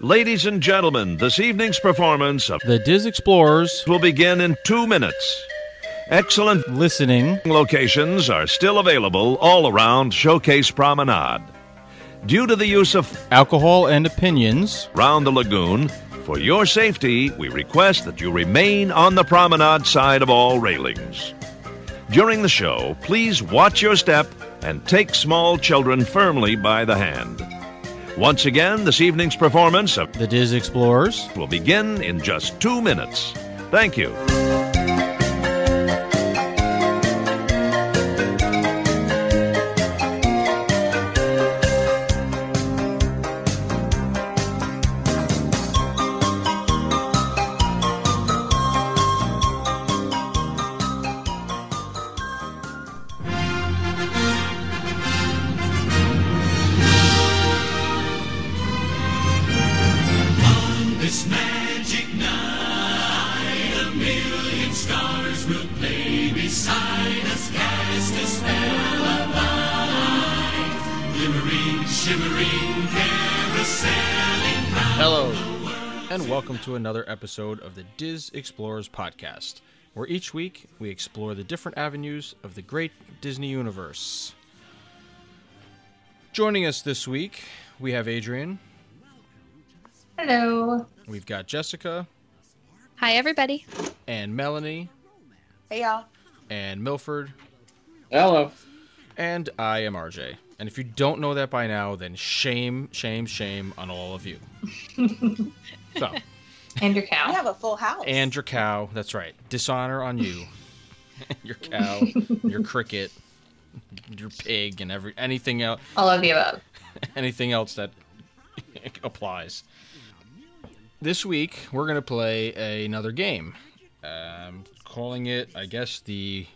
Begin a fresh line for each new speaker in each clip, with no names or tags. Ladies and gentlemen, this evening's performance of
The Diz Explorers
will begin in two minutes. Excellent
listening.
locations are still available all around Showcase Promenade. Due to the use of
Alcohol and opinions.
Round the Lagoon, for your safety, we request that you remain on the promenade side of all railings. During the show, please watch your step and take small children firmly by the hand. Once again, this evening's performance of
The Diz Explorers.
will begin in just two minutes. Thank you.
This magic night, a million stars will play beside us, cast a spell of light. Glimmering, shimmering, carouseling round.
Hello, and welcome to another episode of the Diz Explorers podcast, where each week we explore the different avenues of the great Disney universe. Joining us this week, we have Adrian,
Hello.
we've got Jessica,
Hi, everybody.
and Melanie,
Hey, y'all.
and Milford,
Hello.
and I am RJ. And if you don't know that by now, then shame, shame, shame on all of you. so,
And your cow.
We have a full house.
and your cow, that's right, dishonor on you. your cow, your cricket, your pig, and every anything else,
All of the above.
anything else that applies. This week, we're gonna play another game. Um, calling it, I guess the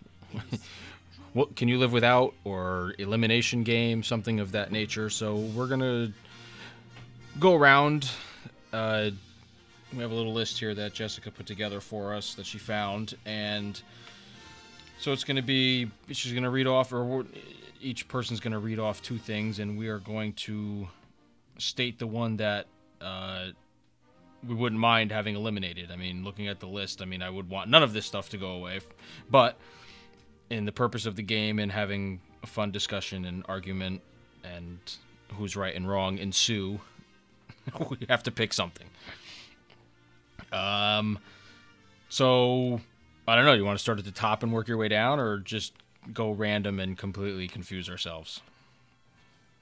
what can you live without or elimination game, something of that nature. So we're gonna go around. Uh, we have a little list here that Jessica put together for us that she found, and so it's gonna be she's gonna read off, or we're- each person's gonna read off two things, and we are going to state the one that. Uh, we wouldn't mind having eliminated. I mean, looking at the list, I mean, I would want none of this stuff to go away. But in the purpose of the game and having a fun discussion and argument and who's right and wrong ensue, we have to pick something. Um, so I don't know. You want to start at the top and work your way down, or just go random and completely confuse ourselves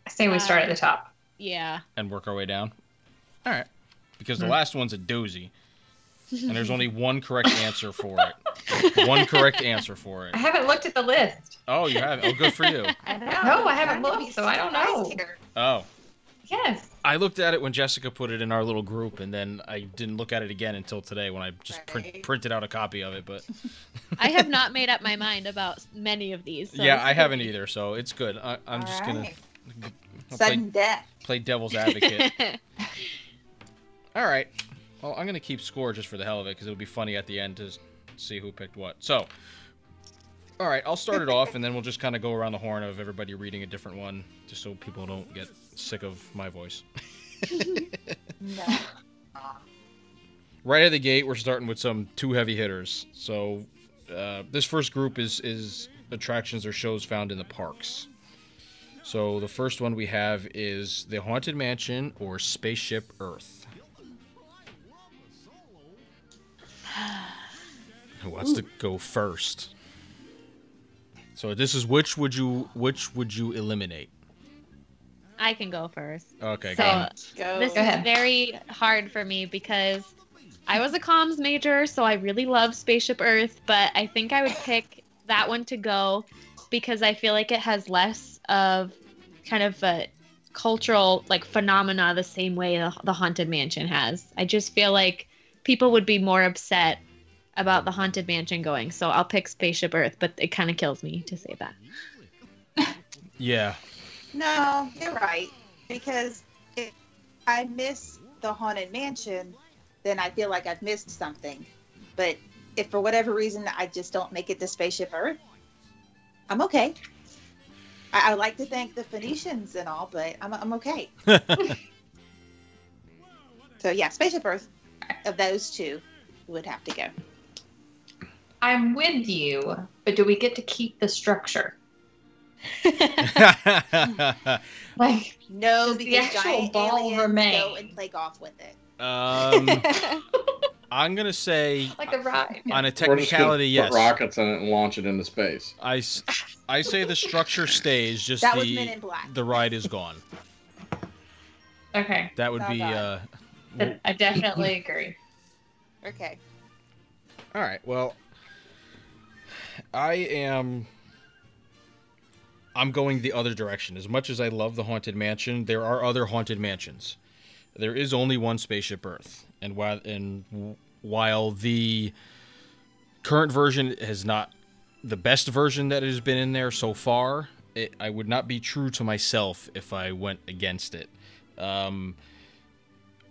I say we start at the top.
Yeah.
and work our way down? All right, Hmm. because the last one's a doozy, and there's only one correct answer for it. one correct answer for it.
I haven't looked at the list.
Oh, you have. Oh, good for you.
I know.
No, I haven't
I'm gonna be
looked, so I don't
surprised
know.
here.
Oh.
Yes.
I looked at it when Jessica put it in our little group, and then I didn't look at it again until today when I just print,
Right.
printed out a copy of it. But
I have not made up my mind about many of these. so
yeah,
this
I
is-
haven't either, so it's good. I, I'm just gonna
Alright.
I'll
Sudden
play,
death.
play devil's advocate. All right, well I'm gonna keep score just for the hell of it because it'll be funny at the end to s- see who picked what. So, all right, I'll start it off, and then we'll just kind of go around the horn of everybody reading a different one, just so people don't get sick of my voice.
No.
right out of the gate, we're starting with some two heavy hitters. So uh, this first group is is attractions or shows found in the parks. So the first one we have is the Haunted Mansion or Spaceship Earth. Who wants to go first? So this is which would you which would you eliminate?
I can go first.
Okay, go
So
on.
Go.
this
ahead.
is very hard for me because I was a comms major, so I really love Spaceship Earth, but I think I would pick that one to go because I feel like it has less of kind of a cultural like phenomena the same way the, the Haunted Mansion has. I just feel like people would be more upset about the Haunted Mansion going, so I'll pick Spaceship Earth, but it kind of kills me to say that.
Yeah,
no, you're right. Because if I miss the haunted mansion, then I feel like I've missed something. But if for whatever reason I just don't make it to Spaceship Earth, I'm okay. I, I would like to thank the Phoenicians and all, but I'm, I'm okay. So yeah, Spaceship Earth of those two would have to go.
I'm with you, but do we get to keep the structure?
Um,
Like,
No,
Does the
because
actual
giant
ball
aliens
remain?
go and play golf with it.
um, I'm gonna say
like the ride.
on a
We're just gonna
technicality, yes.
Put rockets in it and launch it into space.
I, s- I say the structure stays, just
That was Men
the
in Black.
the ride is gone.
Okay,
That would
Not
be.
bad.
Uh,
then I definitely agree.
Okay.
all right. Well, I am. I'm going the other direction. As much as I love the haunted mansion, there are other haunted mansions. There is only one spaceship Earth, and while and w- while the current version is not the best version that has been in there so far, it, I would not be true to myself if I went against it. Um,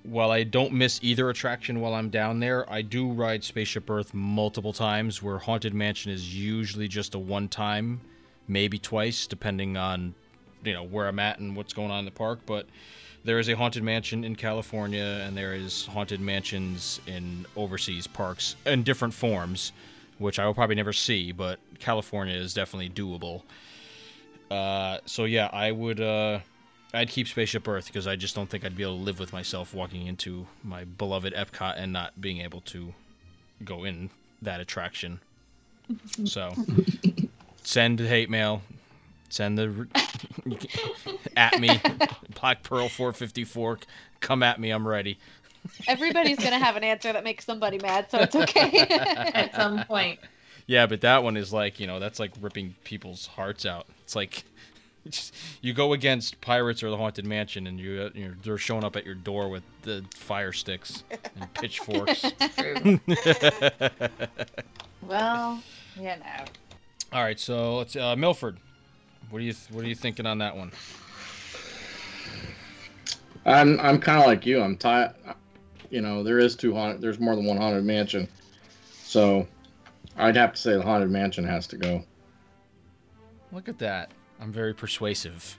while I don't miss either attraction while I'm down there, I do ride Spaceship Earth multiple times, where Haunted Mansion is usually just a one time, maybe twice, depending on you know where I'm at and what's going on in the park. But there is a Haunted Mansion in California, and there is Haunted Mansions in overseas parks in different forms, which I will probably never see. But California is definitely doable. Uh, so yeah, I would. Uh, I'd keep Spaceship Earth because I just don't think I'd be able to live with myself walking into my beloved Epcot and not being able to go in that attraction. So send hate mail, send the at me Black Pearl 454. Come at me, I'm ready.
Everybody's gonna have an answer that makes somebody mad, so it's okay.
At some point,
Yeah, but that one is like you know that's like ripping people's hearts out. It's like just- you go against pirates or the haunted mansion, and you uh, you're, they're showing up at your door with the fire sticks and pitchforks.
true.
Well, you know.
All right, so let's uh, Milford. What are you What are you thinking on that one?
I'm I'm kind of like you. I'm tired. You know, there is two haunted. There's more than one haunted mansion, so I'd have to say the haunted mansion has to go.
Look at that. I'm very persuasive.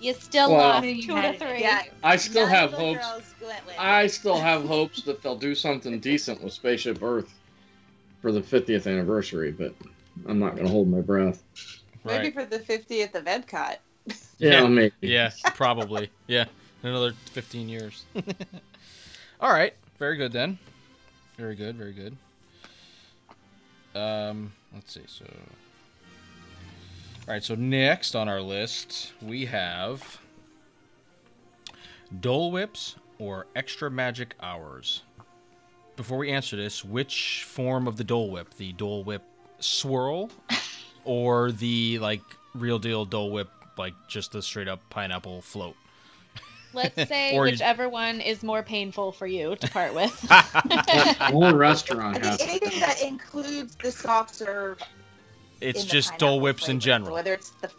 you still
Well-
lost
I knew you
two
had
out of
it.
three.
Yeah.
I still
none
have
of the
hopes.
girls went with
I still have hopes that they'll do something decent with Spaceship Earth for the 50th anniversary, but I'm not gonna hold my breath.
Maybe for the 50th of Epcot.
Yeah,
Yeah.
maybe.
Yeah, probably. Yeah, in another 15 years. All right, very good then. Very good, very good. Um, let's see. So, all right. So next on our list we have Dole Whips or Extra Magic Hours. Before we answer this, which form of the Dole Whip? The Dole Whip swirl, or the like real deal Dole Whip, like just the straight up pineapple float?
Let's say
Or you- Oh.
whichever one is more painful for you to part with.
The whole restaurant
I mean,
has to
anything that includes the soft serve.
It's
in the
just
pineapple
Dole Whips in
flavor. So
general.
Whether it's the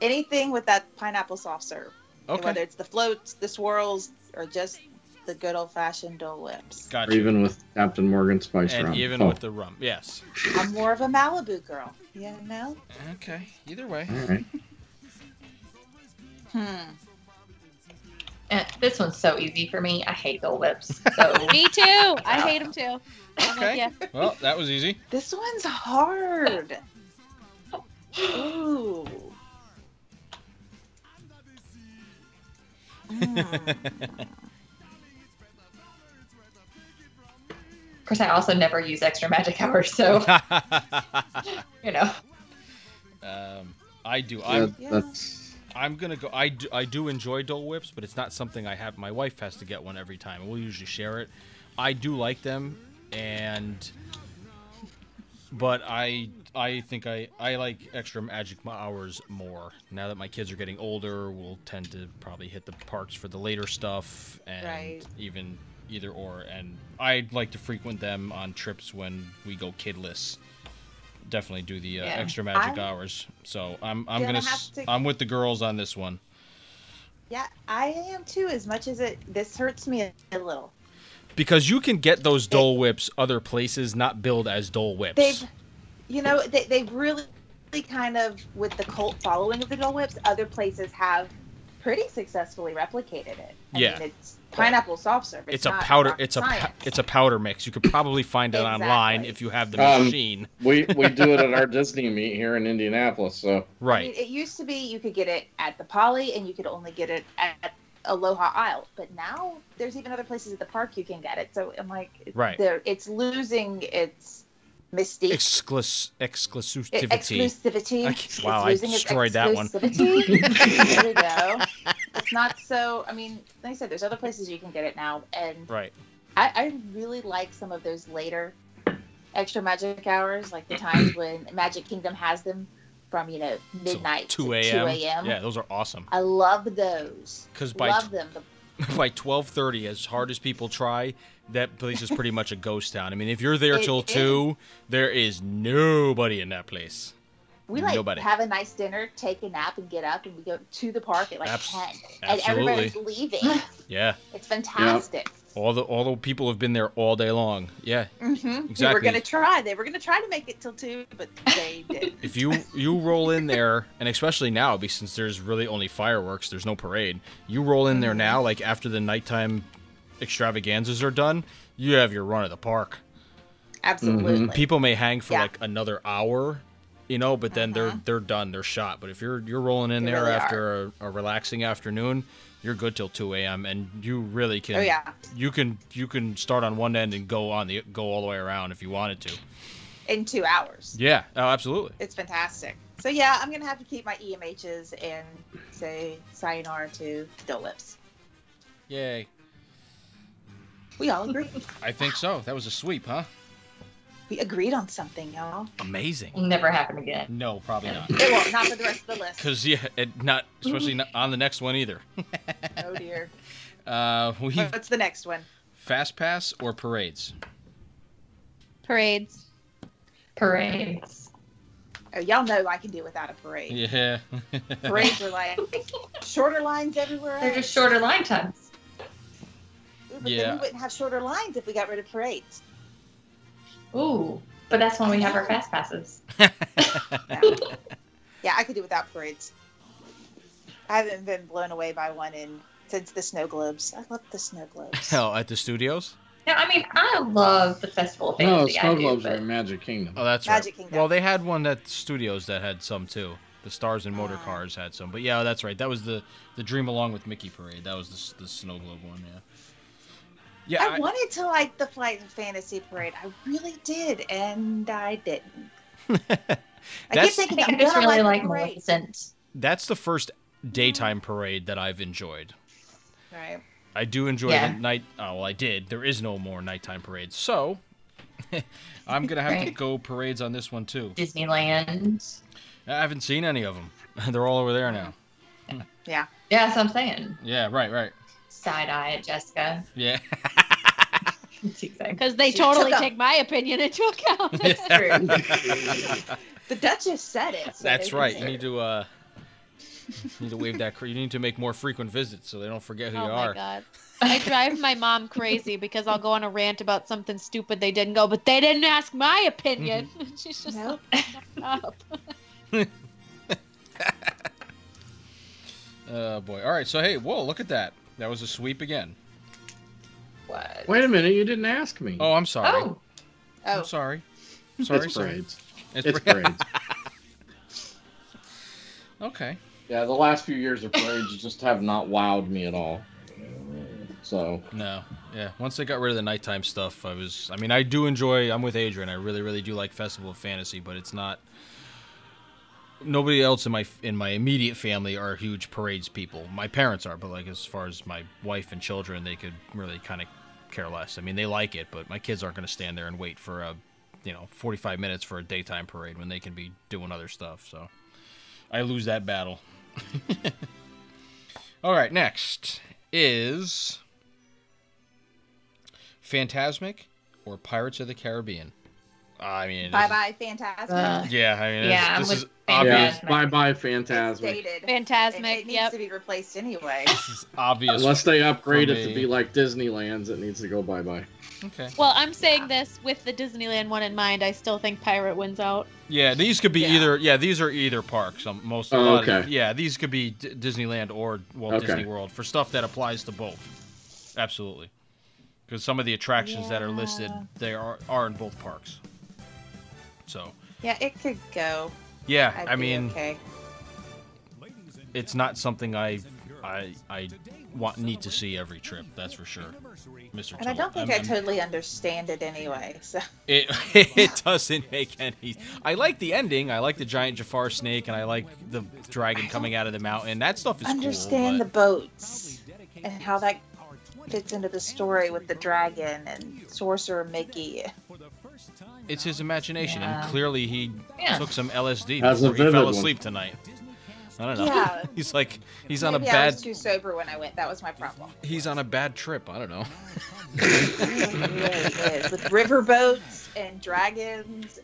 anything with that pineapple soft serve,
Okay.
whether it's the floats, the swirls, or just the good old fashioned Dole Whips.
or
Gotcha.
even with Captain Morgan Spice
and
Rum.
even
Oh,
with the rum, yes.
I'm more of a Malibu girl, you know.
Okay. Either way.
all right.
Hmm.
Uh, this one's so easy for me. I hate the lips. So
Me too. I hate them too. I'm
Okay.
with ya.
Well, that was easy.
This one's hard. Ooh. Hmm.
of course, I also never use extra magic hours,
Oh.
so you know.
um, I do.
That-
I'm.
Yeah.
That's
I'm gonna go. I do. I do enjoy Dole Whips, but it's not something I have. My wife has to get one every time. We'll usually share it. I do like them, and but I I think I I like extra magic hours more. Now that my kids are getting older, we'll tend to probably hit the parks for the later stuff, and
Right.
even either or. And I like to frequent them on trips when we go kidless. Definitely do the uh,
Yeah.
extra magic
I-
hours. So I'm I'm
Gonna
gonna,
have
s
to-
I'm with the girls on this one.
Yeah, I am too. As much as it, this hurts me a little.
Because you can get those Dole Whips other places, not billed as Dole Whips.
They've, you know, they they really kind of with the cult following of the Dole Whips. Other places have pretty successfully replicated it. I
Yeah.
mean, it's pineapple soft serve.
It's, a
not
powder.
rocket
It's a pa-
science.
it's a powder mix. You could probably find it online
Exactly.
if you have the
Um,
machine.
We we do it at our Disney meet here in Indianapolis. So
I mean,
Right.
it used to be you could get it at the Poly and you could only get it at Aloha Isle, but now there's even other places at the park you can get it. So I'm like, it's-
Right.
they're- it's losing its mystique,
Exclus-
e-
exclusivity.
exclusivity.
I
It's
can't- wow, I
losing its
destroyed that one.
exclusivity. there we go. It's not so. I mean, like I said, there's other places you can get it now, and
Right.
I, I really like some of those later extra magic hours, like the times when Magic Kingdom has them from you know
Till
midnight
Two
to
a.m.
2 a.m.
Yeah, those are awesome.
I love those.
'Cause by
love
t-
them. The-
By twelve thirty, as hard as people try, that place is pretty much a ghost town. I mean, if you're there
It
till
is.
two, there is nobody in that place.
we like
Nobody.
have a nice dinner, take a nap, and get up, and we go to the park at like
Abs-
ten, and everybody's leaving.
Yeah.
It's fantastic.
All the all the people have been there all day long. Yeah.
Mm-hmm. They were
Exactly.
gonna try. They were gonna try to make it till two, but they didn't.
If you you roll in there, and especially now, because since there's really only fireworks, there's no parade. You roll in there now, like after the nighttime extravaganzas are done, you have your run of the park.
Absolutely.
People may hang for
Yeah. Uh-huh.
like another hour, you know, but then they're they're done, they're shot. But if you're you're rolling in
They
there
really
after a, a relaxing afternoon, you're good till two a.m. and you really can.
Oh, yeah.
You can you can start on one end and go on the go all the way around if you wanted to.
In two hours.
Yeah. Oh, absolutely.
It's fantastic. So yeah, I'm gonna have to keep my EMHs and say sayonara to Dole Whips.
Yay.
We all agree.
I think so. That was a sweep, huh?
we agreed on something, y'all.
Amazing.
Will never happen again.
No, probably not.
It won't. Not for the rest of the list.
Because yeah, it not especially not on the next one either.
Oh dear.
Uh, we
What's the next one?
fast pass or parades.
Parades.
Parades.
Oh, y'all know I can do without a parade.
Yeah.
Parades are like shorter lines everywhere.
They're
else.
just shorter line times.
But
Yeah.
then we wouldn't have shorter lines if we got rid of parades.
Ooh, but that's when we have our fast passes.
Yeah, I could do without parades. I haven't been blown away by one in since the snow globes. I love the snow globes.
Hell, at the studios.
No, I mean I love the festival of
no,
fantasy. I
snow
do,
globes Oh, are
but-
in Magic Kingdom.
Oh, that's
Magic
right.
Kingdom.
Well, they had one at studios that had some too. The Stars and Motor
Ah.
Cars had some, but yeah, that's right. That was the the Dream Along with Mickey parade. That was the s- the snow globe one. Yeah. Yeah.
I wanted to like the Flight and Fantasy Parade. I really did, and I didn't. I keep
That's-
I
thinking
think I
I'm
just
gonna
really like
like the parade.
Maleficent.
that's the first daytime parade that I've enjoyed.
Right.
I do enjoy
Yeah.
the night. Oh, well, I did. There is no more nighttime parades, so I'm gonna have to
Right.
go parades on this one too.
Disneyland.
I haven't seen any of them. They're all over there now.
Yeah, that's what I'm saying.
Yeah, right, right.
Side eye at Jessica.
Yeah.
That's exactly
Because they
She
totally
took 'em.
take my opinion into account. Oh
true.
The Duchess said it. so
That's
they
right. You
consider
need to uh, you need to waive that. cra- You need to make more frequent visits so they don't forget who
oh
you
my
are.
god. I drive my mom crazy because I'll go on a rant about something stupid they didn't go, but they didn't ask my opinion.
Mm-hmm.
She's just
Nope.
like, "Shut up.
Oh boy. All right. So hey, whoa! Look at that. That was a sweep again.
what.
Wait a minute, you didn't ask me.
Oh, I'm sorry.
Oh,
I'm
Oh,
sorry.
it's
Sorry, sorry.
parades.
It's
It's
pra-
parades.
okay.
Yeah, the last few years of parades just have not wowed me at all. So
No. Yeah. Once they got rid of the nighttime stuff, I was. I mean, I do enjoy. I'm with Adrian. I really, really do like Festival of Fantasy, but it's not. Nobody else in my in my immediate family are huge parades people. My parents are, but like as far as my wife and children, they could really kind of care less. I mean, they like it, but my kids aren't going to stand there and wait for a, you know, 45 minutes for a daytime parade when they can be doing other stuff. So, I lose that battle. All right, next is Phantasmic or Pirates of the Caribbean? I mean, this
Bye
is-
bye, Phantasma.
Uh,
Yeah, I mean,
Yeah, I'm
this, this
with
is
Fantasma.
obvious.
Yeah.
Phantasmic.
Bye bye,
it's
Phantasmic.
dated. It, it
Fantasmic.
needs
Yep.
to be replaced anyway.
This is obvious.
Unless they upgrade it
me.
to be like Disneyland's, it needs to go bye bye.
Okay.
Well, I'm saying this with the Disneyland one in mind. I still think Pirate wins out.
Yeah, these could be
Yeah.
either. Yeah, these are either parks. Um, most. a
Oh,
lot of-
okay.
yeah, these could be D- Disneyland or Walt
Okay.
Disney World for stuff that applies to both. Absolutely, because some of the attractions that are listed
Yeah.
they are are in both parks. So
yeah, it could go.
yeah,
I'd
I
be
mean,
okay.
it's not something I I I want need to see every trip. That's for sure, Mister.
And I don't think i totally understand it anyway. So
It, it doesn't make any. I like the ending. I like the giant Jafar snake, and I like the dragon coming out of the mountain. That stuff is
understand
cool.
the boats and how that fits into the story with the dragon and sorcerer Mickey.
but it's his imagination,
Yeah.
and clearly he
Yeah.
took some LSD
That's a
before he fell
vivid one.
asleep tonight. I don't know.
Yeah.
He's like he's on a
Maybe I
bad
was too sober when I went. That was my problem.
he's on a bad trip. I don't know.
It really is. With riverboats and dragons.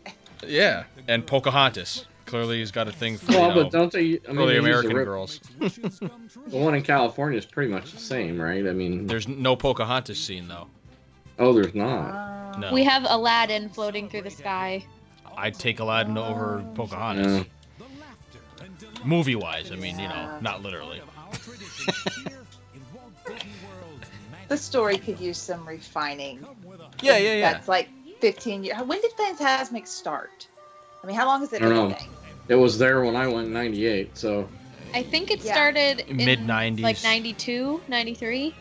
Yeah, and Pocahontas. Clearly, he's got a thing for you
Well,
know,
but don't they? I mean,
early
they use the
American
rip-
girls.
The one in California is pretty much the same, right? I mean,
There's no Pocahontas scene though.
oh, there's not.
Um,
No,
We have Aladdin floating through the sky.
I'd take Aladdin over Pocahontas.
Yeah.
movie wise. I mean, you know,
Yeah.
not literally.
The story could use some refining.
Yeah, yeah, yeah.
That's like 15 years. When did Phantasmic start? I mean, how long has it
I don't
been?
know.
a thing?
It was there when I went in '98, so
I think it
Yeah.
started in
Mid-nineties.
like 92, 93.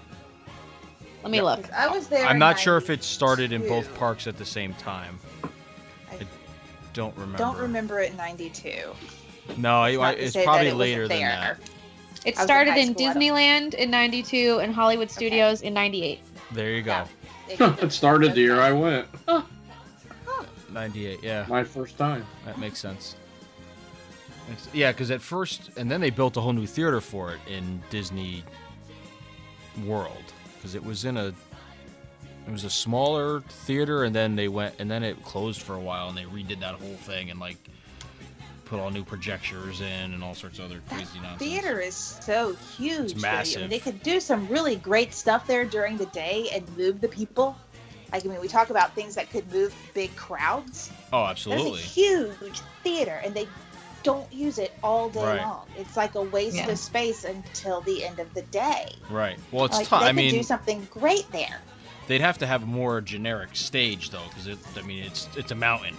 Let me look.
'Cause I was there.
I'm
in
not sure if it started in
92.
both parks at the same time.
I
Don't remember.
don't remember it in 92.
No, I, I,
Not to
it's
say that
probably
it wasn't
later than
there.
that.
It
I was in
started
high
in
school, I don't-
Disneyland in 92 and Hollywood Studios in 98.
There you go.
Yeah.
it started the year I went.
98. Yeah,
My first time.
that makes sense. Makes- Yeah, because at first, and then they built a whole new theater for it in Disney World, because it was in a, it was a smaller theater, and then they went, and then it closed for a while, and they redid that whole thing, and like, put all new projectors in, and all sorts of other crazy nonsense.
Theater is so huge.
It's
though. I mean,
massive.
they could do some really great stuff there during the day and move the people. Like, I mean, we talk about things that could move big crowds.
Oh,
That's a
absolutely.
huge theater, and they don't use it all day
Right.
long. It's like a waste
Yeah.
of space until the end of the day.
Right. Well, it's
like,
tough.
they
I
could do
mean,
something great there.
they'd have to have a more generic stage though, because it. I mean, it's it's a mountain.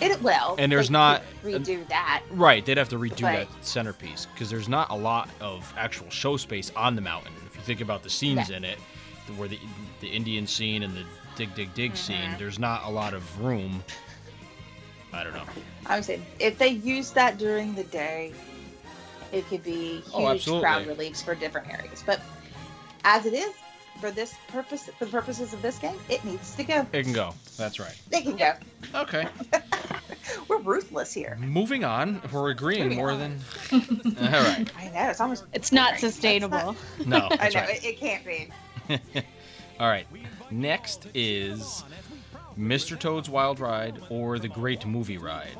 It will.
And there's
they
not-
could redo that.
Right. They'd have to redo
Right.
that centerpiece because there's not a lot of actual show space on the mountain. If you think about the scenes in it, where the the Indian scene and the dig dig
Mm-hmm.
dig scene, there's not a lot of room. I don't know.
I'm saying if they use that during the day, it could be huge
Oh, absolutely.
crowd reliefs for different areas. But as it is, for this purpose, for the purposes of this game, it needs to go.
It can go. That's right.
They can go.
Okay.
We're ruthless here.
Moving on. We're agreeing
Moving
more
on.
than. All right.
I know it's almost.
It's not
That's not-
sustainable.
No.
I
Mm-hmm. That's
know
right.
it, it can't be.
All right. Next is Mr. Toad's Wild Ride or the Great Movie Ride,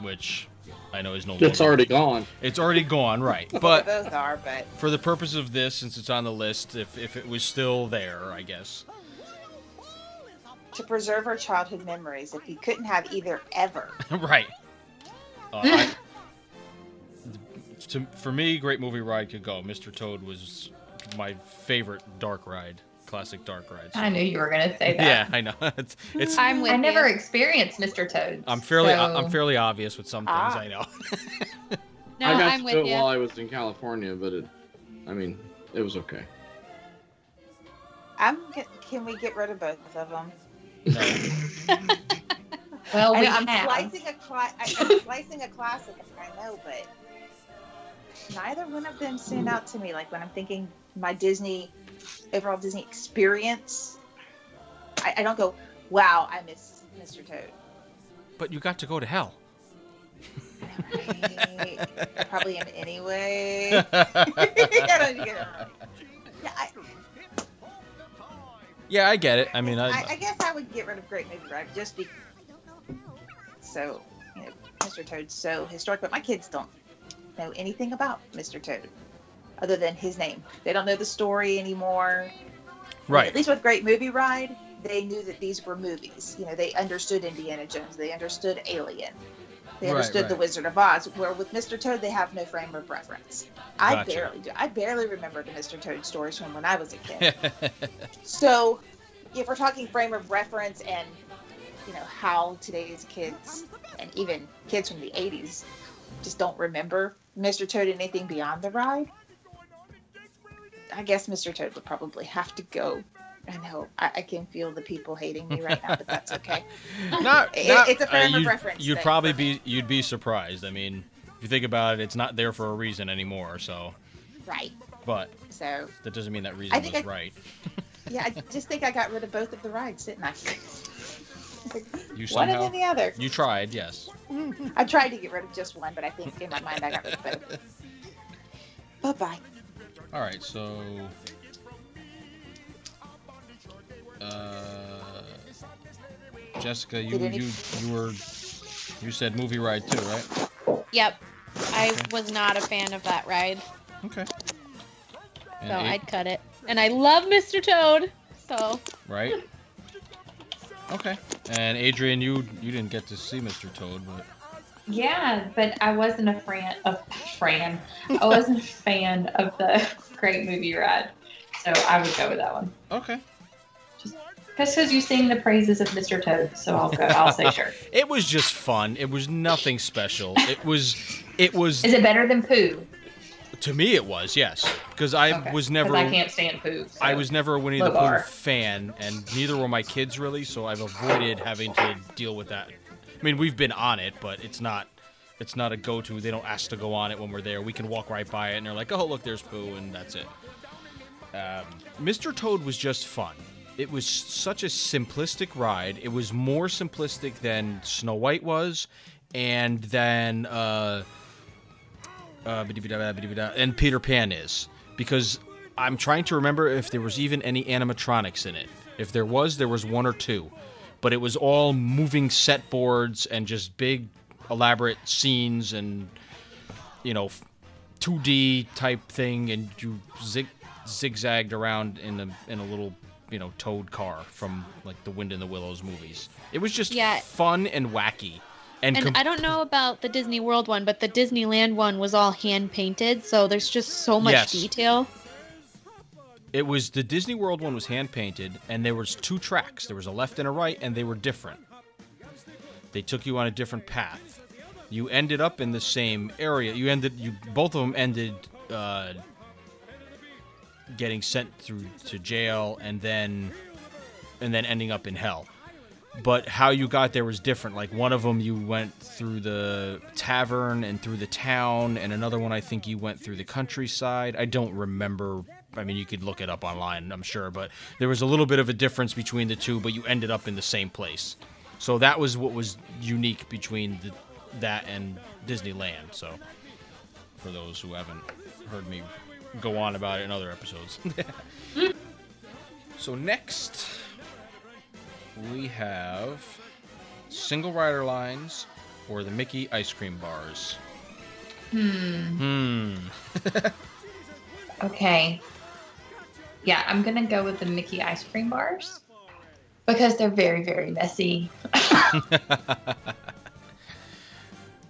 which I know is no longer.
It's already gone.
It's already gone, right?
They
But
both are, but
for the purpose of this, since it's on the list, if, if it was still there, I guess.
to preserve our childhood memories, if you couldn't have either ever,
right. Uh, I- to, for me, Great Movie Ride could go. Mr. Toad was my favorite dark ride, classic dark ride. so-
I knew you were going to say that.
Yeah, I know. It's, it's
I'm with
I
you.
never experienced Mr. Toad.
I'm fairly
so-
I'm fairly obvious with some things.
Ah.
I know.
No,
I got
I'm
to
with
do it
you.
while I was in California, but it, I mean, it was okay.
I'm. g- Can we get rid of both of them?
No.
Well,
I
Oh, we
know, I'm
have.
slicing a cla- I- I'm slicing a classic. I know, but neither one of them stand out to me. Like when I'm thinking my Disney overall Disney experience, I, I don't go, "Wow, I miss Mr. Toad."
But you got to go to hell.
I probably am anyway. I don't get it right. Yeah, I,
yeah, I get it. I mean, I,
I, I guess I would get rid of Great Movie Ride just be, so you know, Mr. Toad's so historic, but my kids don't know anything about Mr. Toad other than his name. They don't know the story anymore. At
Right.
least with Great Movie Ride, they knew that these were movies. You know, they understood Indiana Jones, they understood Alien, they
Right,
understood The
right.
Wizard of Oz. Where with Mr. Toad, they have no frame of reference. I
Gotcha.
barely do. I barely remember the Mr. Toad stories from when I was a kid. so, if we're talking frame of reference and you know how today's kids and even kids from the 80s just don't remember Mr. Toad and anything beyond the ride, I guess Mr. Toad would probably have to go. I know I, I can feel the people hating me right now, but that's okay.
not,
It-
not-
it's a frame of
Uh, you'd-
reference
You'd
thing
probably
for me.
be you'd be surprised. I mean, if you think about it, it's not there for a reason anymore. So,
Right.
but
So
that doesn't mean that reason
think
was
I-
right.
yeah, I just think I got rid of both of the rides, didn't I?
You
One and
somehow
then the other.
you tried, yes.
I tried to get rid of just one, but I think in my mind I got rid of both. Bye bye.
All right, so. Uh, Jessica, you,
Did any-
you you were you said movie ride too, right?
Yep. I
Okay.
was not a fan of that ride,
Okay.
so
And eight,
I'd cut it. And I love Mr. Toad, so
right? Okay. And Adrian, you you didn't get to see Mr. Toad, but
Yeah, but I wasn't a fan of Fran. I wasn't a fan of the Great Movie Ride, so I would go with that one.
okay.
That's because you sing the praises of Mr. Toad, so I'll go. I'll say sure.
It was just fun. It was nothing special. It was it was
Is it better than Pooh?
to me it was yes because I
Okay,
was
'cause
never
I can't stand Pooh. so-
I was never a Winnie the
Low
Pooh
bar.
fan, and neither were my kids really. So I've avoided having to deal with that. I mean, we've been on it, but it's not it's not a go-to. They don't ask to go on it when we're there. We can walk right by it, and they're like, "Oh, look, there's Pooh," and that's it. Um, Mr. Toad was just fun. It was such a simplistic ride. It was more simplistic than Snow White was, and than. Uh, uh, ba-dee-ba-da, ba-dee-ba-da, and Peter Pan is because I'm trying to remember if there was even any animatronics in it. If there was, there was one or two, but it was all moving set boards and just big, elaborate scenes and you know, 2D type thing, and you zig zigzagged around in a in a little you know toad car from like the Wind in the Willows movies. It was just
Yeah.
fun and wacky. And,
and
com-
I don't know about the Disney World one, but the Disneyland one was all hand painted, so there's just so much
Yes.
detail.
It was the Disney World one was hand painted, and there was two tracks. There was a left and a right, and they were different. They took you on a different path. You ended up in the same area. You ended. You both of them ended uh, getting sent through to jail, and then and then ending up in hell. But how you got there was different. Like one of them, you went through the tavern and through the town, and another one, I think you went through the countryside. I don't remember. I mean, you could look it up online, I'm sure, but there was a little bit of a difference between the two, but you ended up in the same place. So that was what was unique between the, that and Disneyland. So, for those who haven't heard me go on about it in other episodes. so, next we have single rider lines or the Mickey ice cream bars. Hmm.
Okay. Yeah, I'm gonna go with the Mickey ice cream bars because they're very, very messy.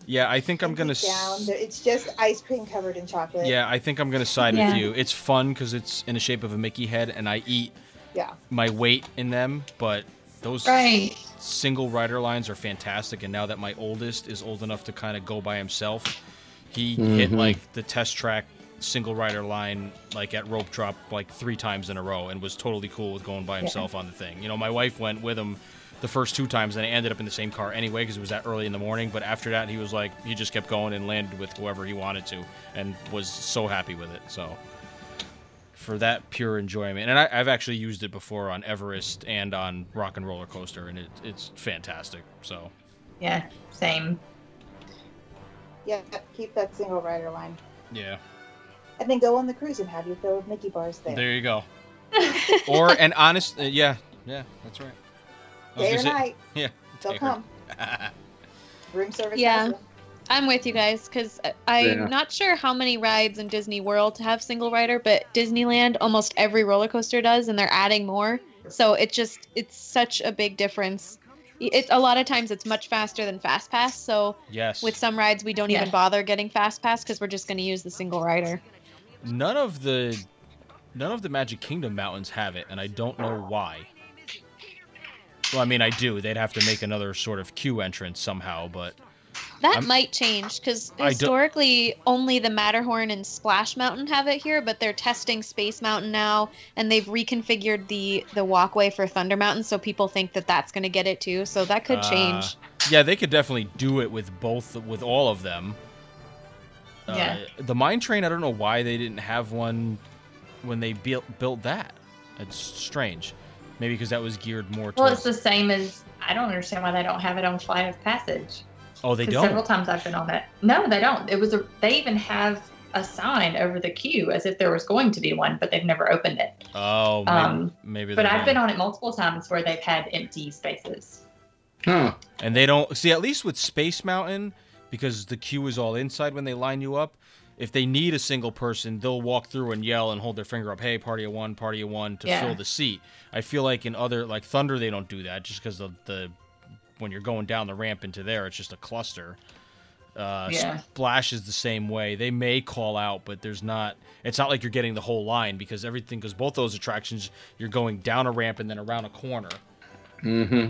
Yeah, I think I'm gonna. s-
down. It's just ice cream covered in chocolate.
Yeah, I think I'm gonna side
Yeah.
with you. It's fun because it's in the shape of a Mickey head, and I eat
Yeah.
my weight in them. But those
Right.
single rider lines are fantastic. And now that my oldest is old enough to kind of go by himself, he hit
Mhm.
like the test track single rider line like at rope drop like three times in a row and was totally cool with going by himself on the thing. You know, my wife went with him the first two times and I ended up in the same car anyway because it was that early in the morning. But after that, he was like, he just kept going and landed with whoever he wanted to and was so happy with it. So for that pure enjoyment. And I, I've actually used it before on Everest and on Rock and Roller Coaster, and it, it's fantastic. So
Yeah, same.
Yeah. Keep that single rider line.
yeah,
And then go on the cruise and have your fill of Mickey bars there.
there you go. or an honest, uh, yeah, yeah, that's right. I was
Day or
gonna say-
night,
Yeah,
they'll
day or-
come. room service.
Yeah.
has one.
I'm with you guys because I'm
Yeah.
not sure how many rides in Disney World have single rider, but Disneyland almost every roller coaster does, and they're adding more. So it just it's such a big difference. It a lot of times it's much faster than Fast Pass. So
Yes.
with some rides we don't even
Yeah.
bother getting Fast Pass because we're just going to use the single rider.
none of the none of the Magic Kingdom mountains have it, and I don't know why. Well, I mean, I do. They'd have to make another sort of queue entrance somehow, but
That
I'm-
might change because
I don't-
historically only the Matterhorn and Splash Mountain have it here, but they're testing Space Mountain now, and they've reconfigured the the walkway for Thunder Mountain, so people think that that's going to get it too. So that could
Uh,
change.
yeah, they could definitely do it with both with all of them.
Yeah.
Uh, the mine train, I don't know why they didn't have one when they built built that. It's strange. Maybe because that was geared more
Well,
towards.
it's the same as I don't understand why they don't have it on Flight of Passage.
oh, they
'Cause
don't.
Several times I've been on that. No, they don't. It was a. They even have a sign over the queue as if there was going to be one, but they've never opened it.
Oh, maybe,
Um,
maybe
But
they're
I've
wrong.
been on it multiple times where they've had empty spaces.
Huh.
And they don't see at least with Space Mountain because the queue is all inside when they line you up. If they need a single person, they'll walk through and yell and hold their finger up, "Hey, party of one, party of one," to
Yeah.
fill the seat. I feel like in other like Thunder, they don't do that just because of the when you're going down the ramp into there, it's just a cluster. Uh,
Yeah.
Splash is the same way. They may call out, but there's not. It's not like you're getting the whole line because everything because both those attractions, you're going down a ramp and then around a corner
Mm-hmm.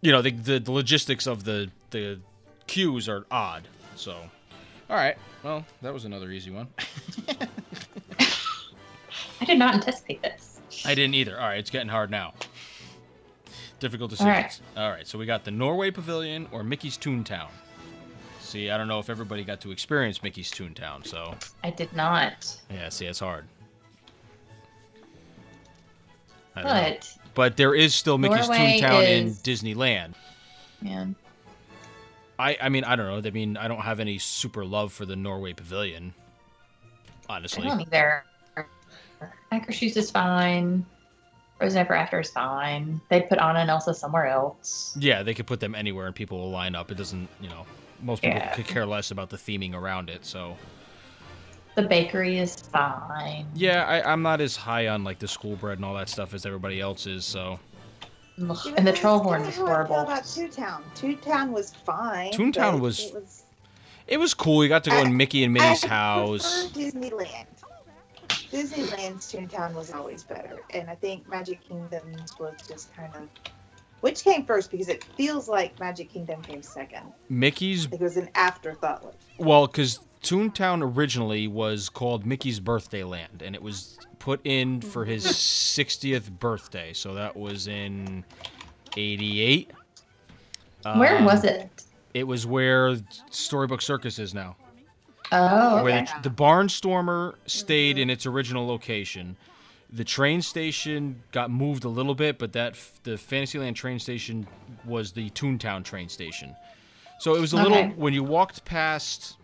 you know the, the, the logistics of the the queues are odd so all right well that was another easy one
I did not anticipate this.
i didn't either all right it's getting hard now difficult
All
decisions all
right.
right, so we got the norway pavilion or mickey's toontown see i don't know if everybody got to experience mickey's toontown so
I did not.
yeah see it's hard I don't know.
But
but there is still mickey's
Norway
toontown
is-
in disneyland
man,
I, I mean, I don't know. I mean, I don't have any super love for the Norway Pavilion,
I
honestly.
don't either. Hacker shoes is fine. Rose Never After is fine. They put Anna and Elsa somewhere else.
Yeah, they could put them anywhere and people will line up. It doesn't, you know, most people
Yeah.
could care less about the theming around it. So,
The bakery is fine.
yeah, I, I'm not as high on like the school bread and all that stuff as everybody else is. So,
Ugh,
Even
And the
though it's
troll horn
kinda
is
how I feel
horrible.
About Toontown, Toontown was fine.
Toontown
but
was-
it was
it was cool. You got to go in Mickey and Minnie's
I
house.
prefer Disneyland. Disneyland's Toontown was always better, and I think Magic Kingdom's was just kind of. Which came first? Because it feels like Magic Kingdom came second.
Mickey's,
Like it was an afterthought. Like,
well, because Toontown originally was called Mickey's Birthday Land and it was put in for his 60th birthday. So that was in 88.
Where
Um,
was it?
It was where Storybook Circus is now.
Oh, okay.
Where
Where the, the Barnstormer stayed in its original location. The train station got moved a little bit, but that f- the Fantasyland train station was the Toontown train station. So it was a little
Okay.
when you walked past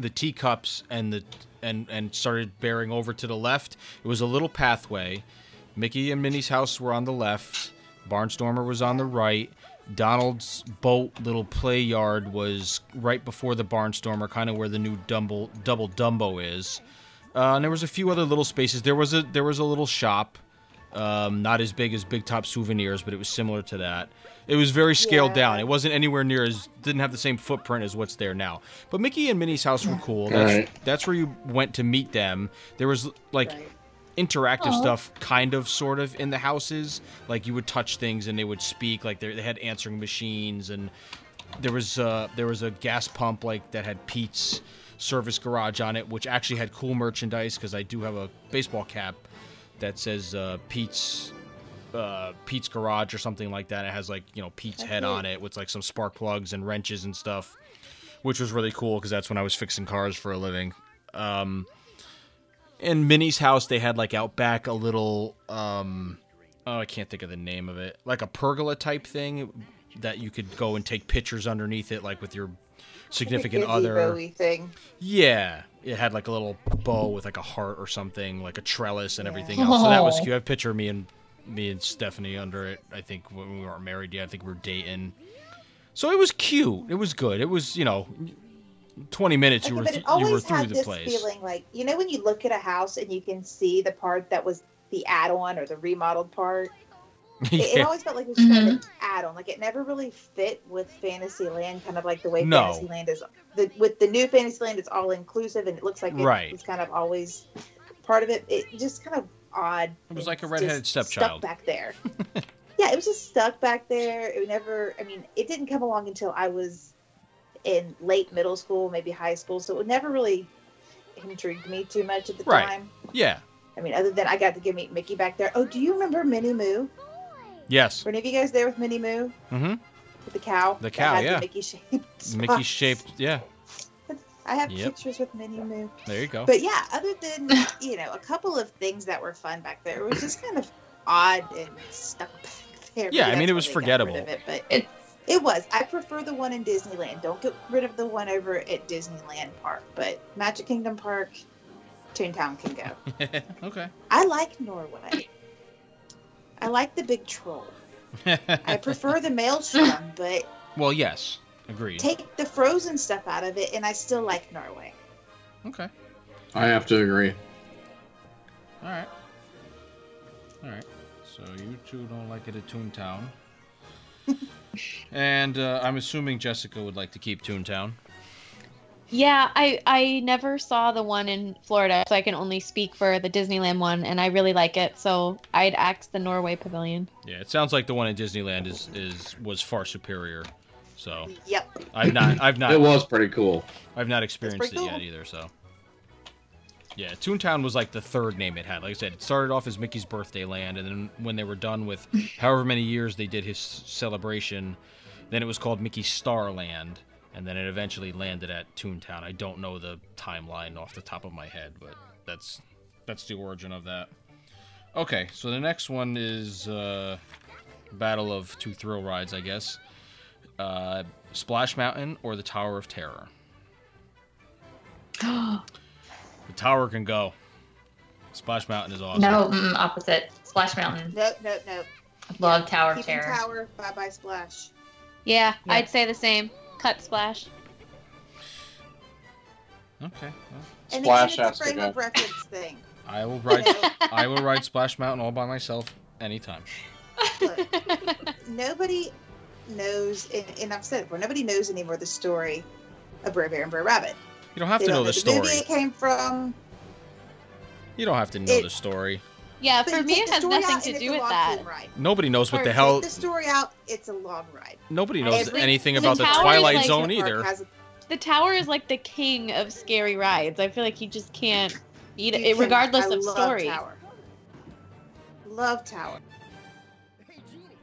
the teacups and the and and started bearing over to the left. It was a little pathway. Mickey and Minnie's house were on the left. Barnstormer was on the right. Donald's boat little play yard was right before the Barnstormer, kind of where the new Dumble, double Dumbo is. Uh, and there was a few other little spaces. There was a there was a little shop, um, not as big as Big Top Souvenirs, but it was similar to that. It was very scaled
Yeah.
down. It wasn't anywhere near as didn't have the same footprint as what's there now. But Mickey and Minnie's house were cool. That's
Alright.
that's where you went to meet them. There was like
right?
interactive
Aw.
stuff kind of sort of in the houses like you would touch things and they would speak like they they had answering machines and there was uh there was a gas pump like that had Pete's service garage on it which actually had cool merchandise cuz I do have a baseball cap that says uh Pete's uh, Pete's garage or something like that. It has like you know Pete's head on it with like some spark plugs and wrenches and stuff, which was really cool because that's when I was fixing cars for a living. Um, in Minnie's house, they had like out back a little um, oh I can't think of the name of it, like a pergola type thing that you could go and take pictures underneath it, like with your significant
Gizzy
other.
Bowie thing.
Yeah, it had like a little bow with like a heart or something, like a trellis and everything else. So that was
Oh.
cute. I have a picture of me and me and Stephanie under it. I think when we weren't married yet. I think we were dating. So it was cute. It was good. It was you know, twenty minutes you
Okay,
were
but
th-
it
you were
always
through
had
the
this
place.
feeling like you know when you look at a house and you can see the part that was the add-on or the remodeled part. It, it
yeah.
always felt like it was kind of an add-on. Like it never really fit with Fantasyland, kind of like the way
No.
Fantasyland is. The, with the new Fantasyland, it's all inclusive and it looks like it
Right.
was kind of always part of it. It just kind of odd.
It was like a
It's
redheaded
just
stepchild.
Stuck back there. yeah, it was just stuck back there. It never. I mean, it didn't come along until I was in late middle school, maybe high school. So it never really intrigued me too much at the
Right.
time.
Yeah.
I mean, other than I got to give meet Mickey back there. Oh, do you remember Minnie Moo?
Yes.
Were any of you guys there with Minnie Moo?
Mm-hmm.
With the cow.
The cow,
that had
yeah.
The Mickey shaped.
Mickey shaped. Yeah.
I have
Yep. Oh.
pictures with Minnie Moo.
There you go.
But yeah, other than you know a couple of things that were fun back there, it was just kind of odd and stuck back there.
Yeah, I
Maybe
mean, it
that's
was
why they got rid
forgettable.
of it, but
It-
it, it was. I prefer the one in Disneyland. Don't get rid of the one over at Disneyland Park, but Magic Kingdom Park, Toontown can go.
okay.
I like Norway. I like the big troll. I prefer the maelstrom, but
well, yes. Agreed.
take the frozen stuff out of it, and I still like Norway.
Okay.
I have to agree.
All right. All right. So you two don't like it at Toontown. and uh, I'm assuming Jessica would like to keep Toontown.
Yeah, I I never saw the one in Florida, so I can only speak for the Disneyland one, and I really like it. So I'd axe the Norway Pavilion.
Yeah, it sounds like the one at Disneyland is is was far superior. So
Yep.
I've not I've
It
not
was pretty cool.
I've not experienced it
pretty
yet
cool.
either. So yeah, Toontown was like the third name it had. Like I said, it started off as Mickey's Birthday Land, and then when they were done with however many years they did his celebration, then it was called Mickey's Star Land, and then it eventually landed at Toontown. I don't know the timeline off the top of my head, but that's that's the origin of that. Okay, so the next one is uh, Battle of Two Thrill Rides, I guess. Uh, Splash Mountain or the Tower of Terror. The tower can go. Splash Mountain is awesome.
No, mm, opposite. Splash Mountain.
Nope. Nope. Nope.
Love Tower of
Keeping
Terror.
Tower, Bye Bye Splash.
Yeah,
Yeah.
I'd say the same. Cut splash.
Okay. well,
And
Splash
again, it's
has to
a frame
go.
of reference thing.
I will
You
ride.
know,
I will ride Splash Mountain all by myself anytime.
look, nobody knows, and, and I've said it before, nobody knows anymore the story of Brer Bear and Brer Rabbit.
You don't have
They
to
don't
know the story.
movie it came from.
You don't have to know
It-
the story.
Yeah,
but
for
you
me
take
it
the
has
story
nothing
out,
to
and
do
it's a
with
long
that.
cool ride.
Nobody knows what
Or
the
take
hell.
Take the story out, it's a long ride.
Nobody knows
Every-
anything
the
about the
tower is
Twilight
like-
Zone
Disney park
either.
has a-
The tower is like the king of scary rides. I feel like you just can't beat
you
it,
can-
regardless
I
of
love
story.
Tower. Love Tower.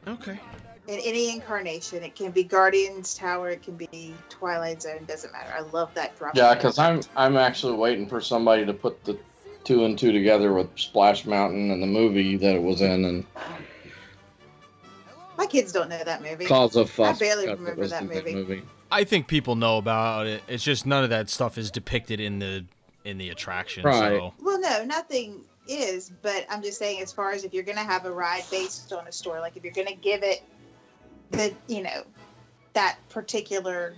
Okay.
In any incarnation, it can be Guardians Tower, it can be Twilight Zone, doesn't matter. I love that drop.
Yeah, because I'm I'm actually waiting for somebody to put the two and two together with Splash Mountain and the movie that it was in and
my kids don't know that movie.
cause a fuss.
I barely
because it
remember
was
that
in
movie.
I think people know about it. It's just none of that stuff is depicted in the in the attraction.
Right.
So
Well, no, nothing is, but I'm just saying, as far as if you're going to have a ride based on a story, like if you're going to give it the, you know, that particular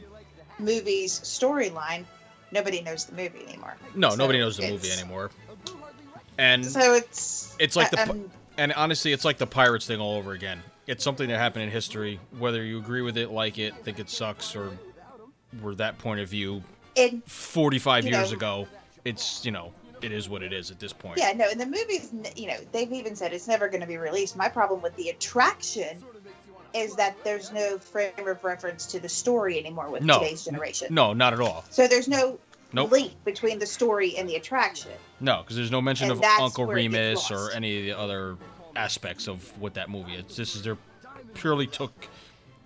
movie's storyline, nobody knows the movie anymore.
no,
So
nobody knows the movie
it's-
anymore. And
So it's.
Mm-hmm.
um,
It's like the
I-
pu-
I'm-
and honestly, it's like the pirates thing all over again. It's something that happened in history. Whether you agree with it, like it, think it sucks, or were that point of view
and
45
You
years
know-
ago, it's you know it is what it is at this point.
yeah, no, and the movie's, n- you know, they've even said it's never going to be released. My problem with the attraction is that there's no frame of reference to the story anymore with
No.
today's generation.
No, not at all.
So there's no
Nope.
link between the story and the attraction.
No, because there's no mention
And
of
that's
Uncle
where it gets
Remus or
lost.
any of the other aspects of what that movie is. This is they purely took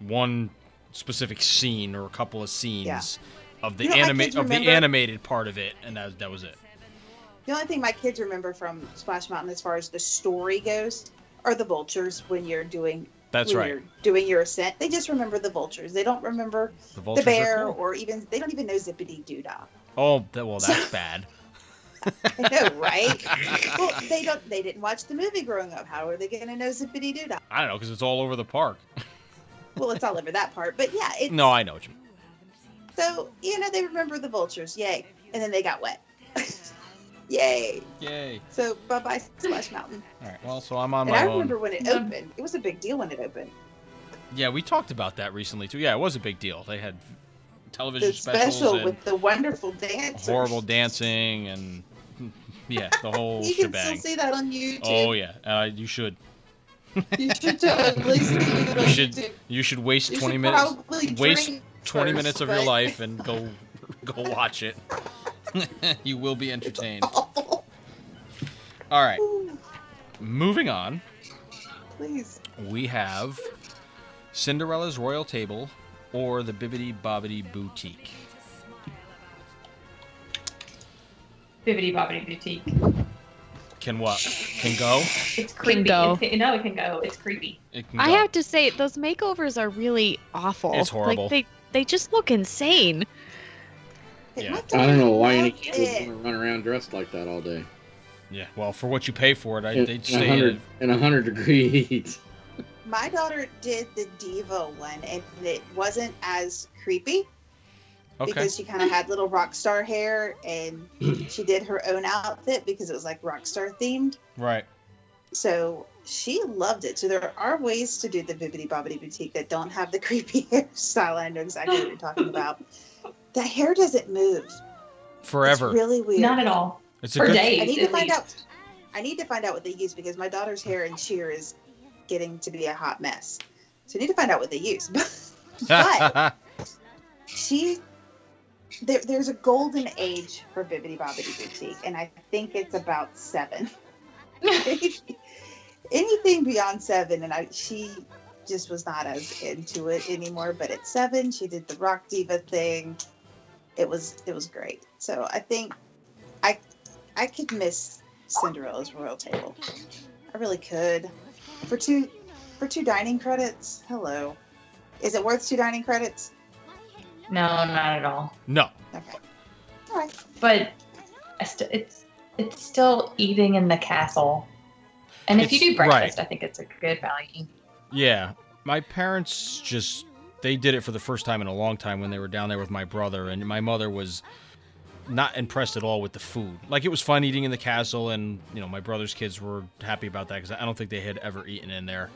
one specific scene or a couple of scenes of the
You know, I
anima-
did
of the
remember-
animated part of it, and that that was it.
The only thing my kids remember from Splash Mountain, as far as the story goes, are the vultures when you're doing
That's
when
right.
you're doing your ascent. They just remember the vultures. They don't remember
The
the
vultures are
bear
cool.
or even they don't even know Zippity Doodah.
Oh, that, well, that's bad.
I know, right? well, they don't. They didn't watch the movie growing up. How are they going to know Zippity Doodah?
I don't know because it's all over the park.
well, it's all over that part, but yeah, it,
No, I know what you mean.
so you know they remember the vultures, yay, and then they got wet, yay.
Yay.
So bye bye Splash Mountain.
All right. Well, so I'm on
And
my
I
own.
remember when it opened, it was a big deal when it opened.
Yeah, we talked about that recently too. Yeah, it was a big deal. They had television
The
specials
special
and
with the wonderful dancers.
horrible dancing and yeah, the whole
You can still
shebang.
see that on YouTube.
Oh yeah, uh, you should.
You should totally see it on
You should.
YouTube.
You should waste
You
twenty
should
minutes.
probably
Waste
drink
twenty
first,
minutes of your
but
life and go go watch it. you will be entertained.
awful.
All right, moving on.
Oh, Please.
We have Cinderella's Royal Table or the Bibbidi Bobbidi Boutique.
Bibbidi Bobbidi Boutique.
Can what? Can go.
It's creepy.
go.
It's, no, it can go. It's creepy.
It can
I
go.
have to say, those makeovers are really awful.
It's horrible.
Like they, they just look insane.
It
Yeah.
looked
I don't know
like
why any
it.
kid would want to run around dressed like that all day.
Yeah, well, for what you pay for it, I,
In,
they'd
in a
stay in.
hundred, in a hundred degree heat.
My daughter did the diva one, and it wasn't as creepy
Okay.
because she kind of had little rock star hair, and she did her own outfit because it was like rock star themed.
Right.
So she loved it. So there are ways to do the Bibbidi Bobbidi Boutique that don't have the creepy hairstyle. I know exactly what you're talking about. The hair doesn't move.
Forever.
It's really weird.
Not at all.
It's a
For
good.
days.
I need to
at
find
least.
out. I need to find out what they use because my daughter's hair and sheer is getting to be a hot mess. So I need to find out what they use. But- she there, there's a golden age for Bibbidi Bobbidi Boutique, and I think it's about seven. Anything beyond seven, and I she just was not as into it anymore. But at seven, she did the rock diva thing. It was it was great. So I think I I could miss Cinderella's Royal Table. I really could for two for two dining credits. Hello, is it worth two dining credits?
No, not at all.
no.
Okay. All right.
But I st- it's it's still eating in the castle. And if
It's-
you do breakfast,
right.
I think it's a good value.
Yeah. My parents just they did it for the first time in a long time when they were down there with my brother and my mother was not impressed at all with the food. Like it was fun eating in the castle and you know my brother's kids were happy about that cuz I don't think they had ever eaten in there.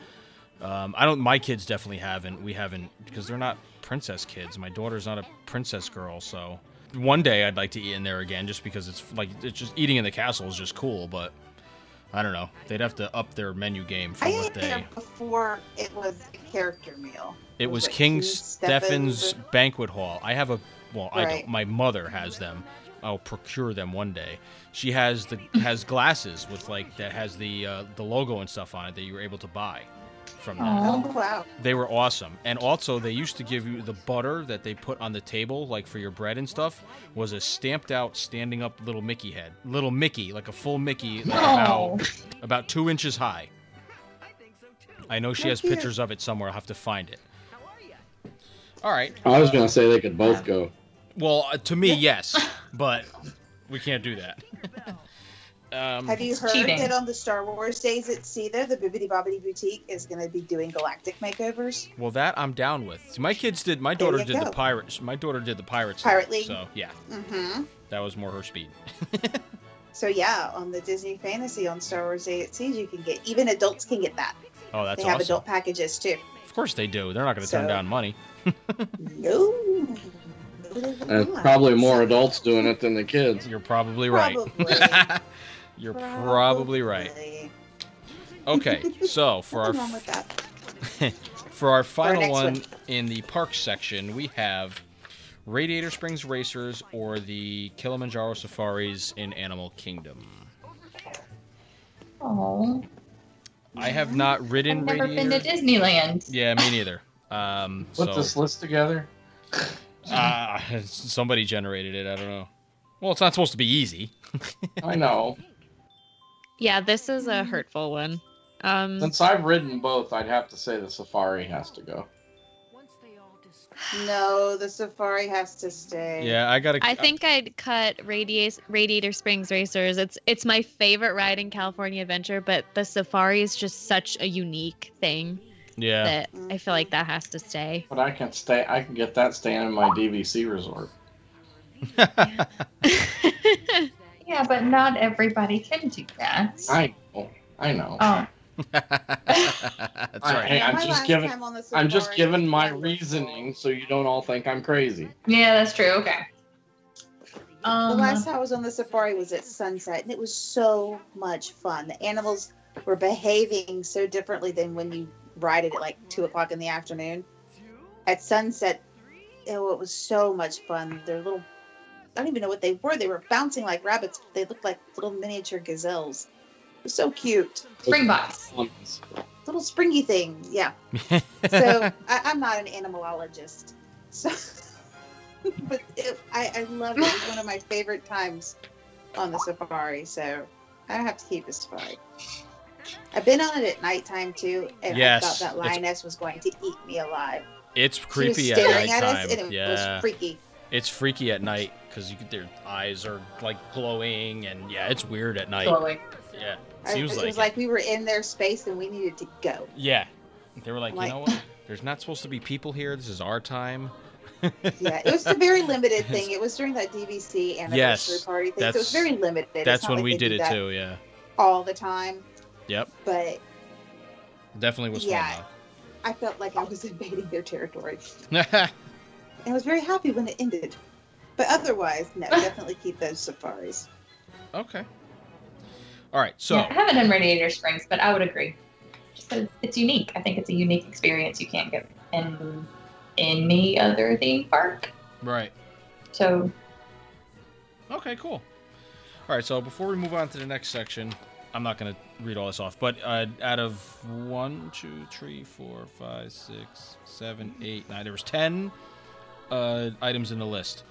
Um, I don't my kids definitely haven't. We haven't because they're not princess kids. My daughter's not a princess girl, so one day I'd like to eat in there again just because it's like it's just eating in the castle is just cool, but I don't know. They'd have to up their menu game for
I
what
ate
they
there before it was a character meal.
It was
it
King
King
Stephen's
Stephen's-
banquet hall. I have a well, I
Right.
don't. My mother has them. I'll procure them one day. She has the has glasses with like that has the uh, the logo and stuff on it that you were able to buy from them.
Aw.
Oh wow!
They were awesome. And also they used to give you the butter that they put on the table like for your bread and stuff was a stamped out standing up little Mickey head. Little Mickey, like a full Mickey like
Oh.
about about 2 inches high. I know she
Oh,
has
dear.
pictures of it somewhere. I'll have to find it. All right.
I was gonna say they could both go.
Well, uh, to me, yes, but we can't do that. um,
Have you heard
cheating.
that on the Star Wars days at sea though the Bibbidi Bobbidi Boutique is going to be doing galactic makeovers?
well, that I'm down with. See, my kids did. My
There
daughter
you
did
go.
the pirates. My daughter did the pirates.
Pirate League.
So yeah,
Mm-hmm.
that was more her speed.
So yeah, on the Disney Fantasy on Star Wars Day at Sea, you can get even adults can get that.
Oh, that's
they have
awesome.
adult packages too.
Of course they do. They're not going to turn
So-
down money.
no. No, they will
And
not.
probably more adults doing it than the kids.
You're probably right.
Probably.
You're probably right.
Probably.
Okay, so for our
Nothing wrong with that.
For our
our
final
next
one,
one.
in the parks section, we have Radiator Springs Racers or the Kilimanjaro Safaris in Animal Kingdom.
Oh,
I have not ridden
I've never
Radiator.
been to Disneyland.
yeah, me neither. Um,
Put
so
this list together.
uh, somebody generated it. I don't know. Well, it's not supposed to be easy.
I know.
Yeah, this is
Mm-hmm.
a hurtful one. Um,
Since I've ridden both, I'd have to say the safari has to go.
No, the safari has to stay.
Yeah, I gotta.
I think I'd cut Radiator, Radiator Springs Racers. It's it's my favorite ride in California Adventure, but the safari is just such a unique thing.
Yeah.
that I feel like that has to stay.
But I can stay. I can get that staying in my DVC resort.
Yeah, but not everybody can do that.
I know. I know.
Oh,
That's
I-
right.
Hey, I'm
My
just
last
giving-
time on the
I'm just
Safari,
giving my
I was
reasoning so you don't all think I'm crazy.
yeah, that's true. Okay.
The
Um,
last time I was on the safari was at sunset, and it was so much fun. The animals were behaving so differently than when you ride it at like two o'clock in the afternoon. At sunset, oh, it was so much fun. Their little, I don't even know what they were. They were bouncing like rabbits. But they looked like little miniature gazelles. It was so cute.
Springboks.
Little springy thing. Yeah. So I, I'm not an animalologist. So, but it, I, I love it. It was one of my favorite times on the safari. So I have to keep the safari. I've been on it at nighttime too, and
Yes,
I thought that
it's-
lioness was going to eat me alive.
it's creepy
she
at
was staring at,
nighttime.
us, and it
yeah.
was freaky.
it's freaky at night because you could- their eyes are like glowing and yeah, it's weird at night.
Totally.
Yeah. It
I-
seems
it
like,
was
it.
like we were in their space and we needed to go.
Yeah. They were like,
Like-
you know what? There's not supposed to be people here. This is our time.
Yeah, it was a very limited thing. It was during that DVC anniversary
Yes,
party thing, so it
that's-
was very limited. It's
That's
not
when
like
we
they
did
do
it
that
too. Yeah.
all the time.
Yep.
But
Definitely was
Yeah.
fun.
I felt like I was invading their territory.
though.
And I was very happy when it ended. But otherwise, no, definitely keep those safaris.
okay. All right. So,
yeah, I haven't done Radiator Springs, but I would agree. Just 'cause it's unique. I think it's a unique experience you can't get in any other theme park.
right.
So
Okay, cool. All right, so before we move on to the next section, I'm not going to read all this off, but uh, out of one, two, three, four, five, six, seven, eight, nine, there was 10 uh, items in the list.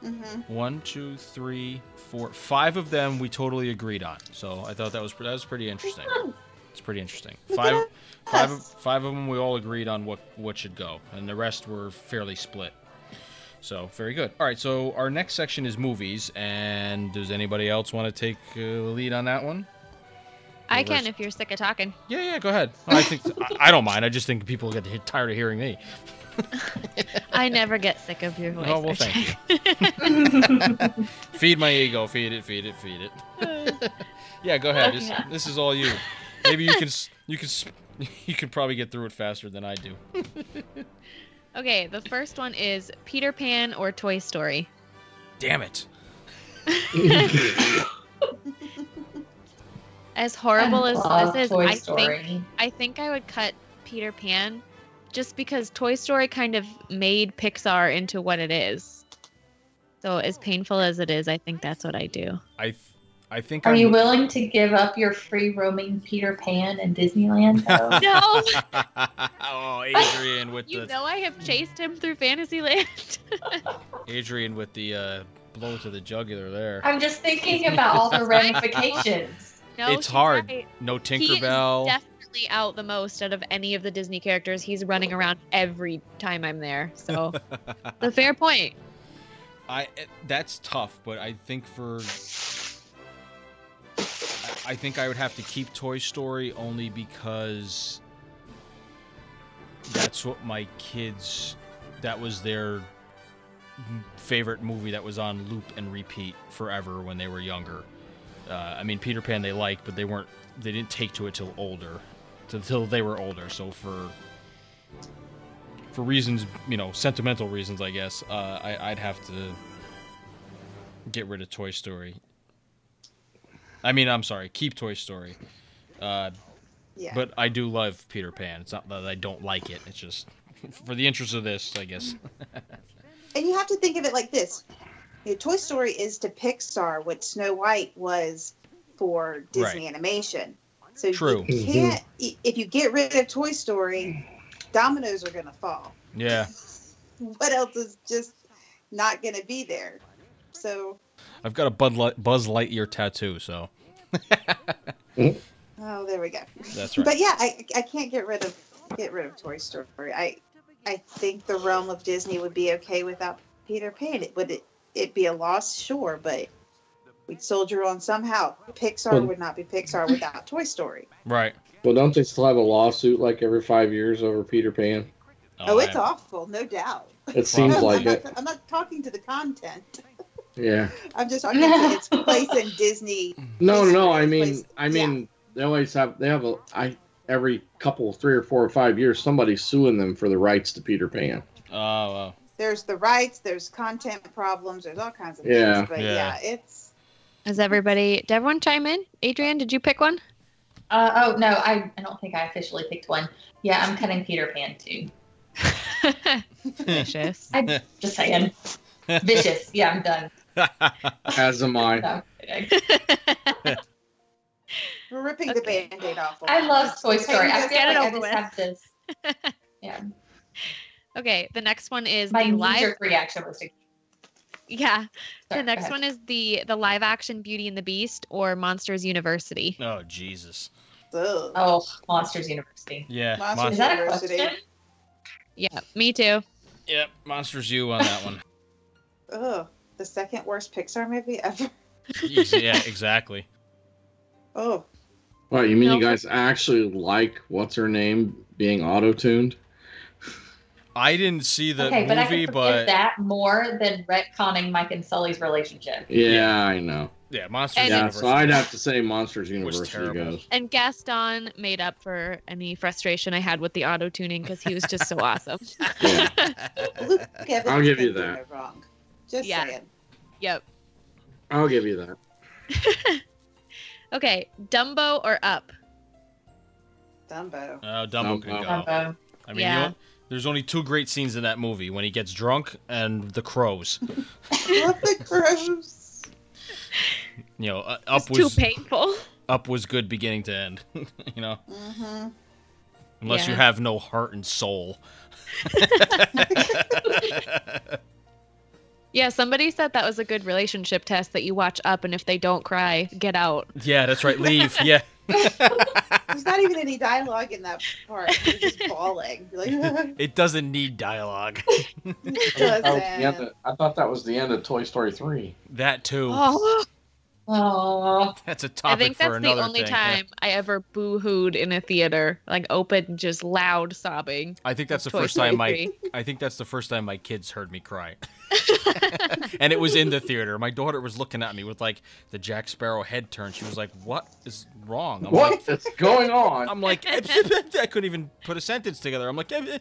hmm
One, two, three, four, five of them we totally agreed on. So I thought that was that was pretty interesting. It's pretty interesting.
Look
Five,
at
five, of-
us.
five of them we all agreed on what what should go, and the rest were fairly split. So very good. All right, so our next section is movies, and does anybody else want to take uh, the lead on that one?
I
Well,
can
there's-
if you're sick of talking.
Yeah, yeah, go ahead. I think I, I don't mind. I just think people get hit- tired of hearing me.
I never get sick of your voice.
Oh well,
RJ.
thank you. feed my ego. Feed it. Feed it. Feed it. yeah, go ahead. This, this is all you. Maybe you can s- you can s- you can probably get through it faster than I do.
Okay, the first one is Peter Pan or Toy Story.
Damn it.
As horrible
I
as
love
this is,
Toy
I
Story.
think I think I would cut Peter Pan just because Toy Story kind of made Pixar into what it is. So as painful as it is, I think that's what I do.
I th- I think
Are
I'm
you willing to give up your free roaming Peter Pan and Disneyland? Um, though?
No,
oh, Adrian with
you
the
know I have chased him through Fantasyland.
Adrian with the uh, blow to the jugular there.
I'm just thinking about all the ramifications.
no,
It's
he's
hard.
right.
No
He is
Tinkerbell.
definitely out the most out of any of the Disney characters. He's running around every time I'm there. So the fair point.
I it- that's tough, but I think for I I think I would have to keep Toy Story only because that's what my kids that was their m- favorite movie that was on loop and repeat forever when they were younger. Uh, I mean Peter Pan they liked, but they weren't they didn't take to it till older, till, till they were older. So for for reasons, you know, sentimental reasons, I guess, uh, I, I'd have to get rid of Toy Story. I mean, I'm sorry, keep Toy Story. Uh,
Yeah.
But I do love Peter Pan. It's not that I don't like it. It's just for the interest of this, I guess.
and you have to think of it like this you know, Toy Story is to Pixar what Snow White was for Disney animation. So
True.
you can't, i- if you get rid of Toy Story, dominoes are going to fall.
Yeah.
What else is just not going to be there? So,
I've got a Bud Light, Buzz Lightyear tattoo, so
oh, there we go.
that's right.
But yeah, I, I can't get rid of get rid of Toy Story. I I think the realm of Disney would be okay without Peter Pan. It would it it be a loss, sure, but we'd soldier on somehow. Pixar
Well-
would not be Pixar without Toy Story.
Right.
Well, don't they still have a lawsuit like every five years over Peter Pan?
Oh, it's
I-
awful, no doubt.
It seems
No,
like
I'm, not,
it.
I'm not talking to the content.
Yeah.
I'm just talking to its place in Disney.
No, no,
It's
no. I
place-
mean, I mean, they always have. They have a. I every couple, three or four or five years, somebody's suing them for the rights to Peter Pan.
Oh, wow.
There's the rights, there's content problems, there's all kinds of
Yeah.
things. But
Yeah.
yeah, it's
Is everybody? Did everyone chime in? Adrian, did you pick one?
Uh, oh no, I, I don't think I officially picked one. Yeah, I'm cutting Peter Pan too.
Vicious.
Just saying, vicious. Yeah, I'm done.
As am I.
No, I'm kidding.
we're ripping
Okay.
the band-aid off.
I love Toy Story. I
Just
feel
get it
like I
over
just
with.
have this.
Okay, the next one is
My
the live.
knee-jerk reaction was to.
Yeah,
Sorry,
the
go
next
ahead.
one is the the live action Beauty and the Beast or Monsters University.
oh, Jesus.
Ugh.
Oh, Monsters University.
Yeah.
Monsters
Mon-
Is that a
University.
question?
Yeah, me too.
yep. Monsters U on that one.
Ugh. The second worst Pixar movie ever.
Jeez, yeah, exactly.
Oh,
What you mean?
No.
You guys actually like what's her name being auto tuned?
I didn't see the
okay, but I
movie,
can forgive
but,
that more than retconning Mike and Sully's relationship.
Yeah, I know.
yeah, Monsters
And-
yeah,
University.
so I'd have to say Monsters University
terrible.
goes.
And Gaston made up for any frustration I had with the auto tuning because he was just so awesome.
Yeah.
Luke Evans.
I'll give you
couldn't do
that.
no Wrong. Just
Yeah.
saying.
Yep.
I'll give you that.
Okay, Dumbo or Up?
Dumbo.
Oh, Dumbo could
Oh,
go.
Dumbo.
I mean,
Yeah.
you know, there's only two great scenes in that movie when he gets drunk and the crows.
Love the crows.
You know, uh,
It's
up
too
was
painful.
up was good beginning to end. you know,
Mm-hmm.
unless you
Yeah.
have no heart and soul.
Yeah, somebody said that was a good relationship test that you watch Up, and if they don't cry, get out.
yeah, that's right. Leave. Yeah.
There's not even any dialogue in that part. You're just bawling. You're like,
It doesn't need dialogue. Oh,
Listen.
I thought that was Oh, the end of Toy Story three.
That too.
Oh,
Oh,
That's a topic
I think
for
that's the
another
only
thing. yeah.
time I ever boo-hooed in a theater, like open, just loud sobbing.
I think that's the
Toy
first
Story
time my
3.
I think that's the first time my kids heard me cry. and it was in the theater. My daughter was looking at me with like the Jack Sparrow head turn. She was like, "What is wrong?" I'm like
What is going on?
I'm like I couldn't even put a sentence together. I'm like they're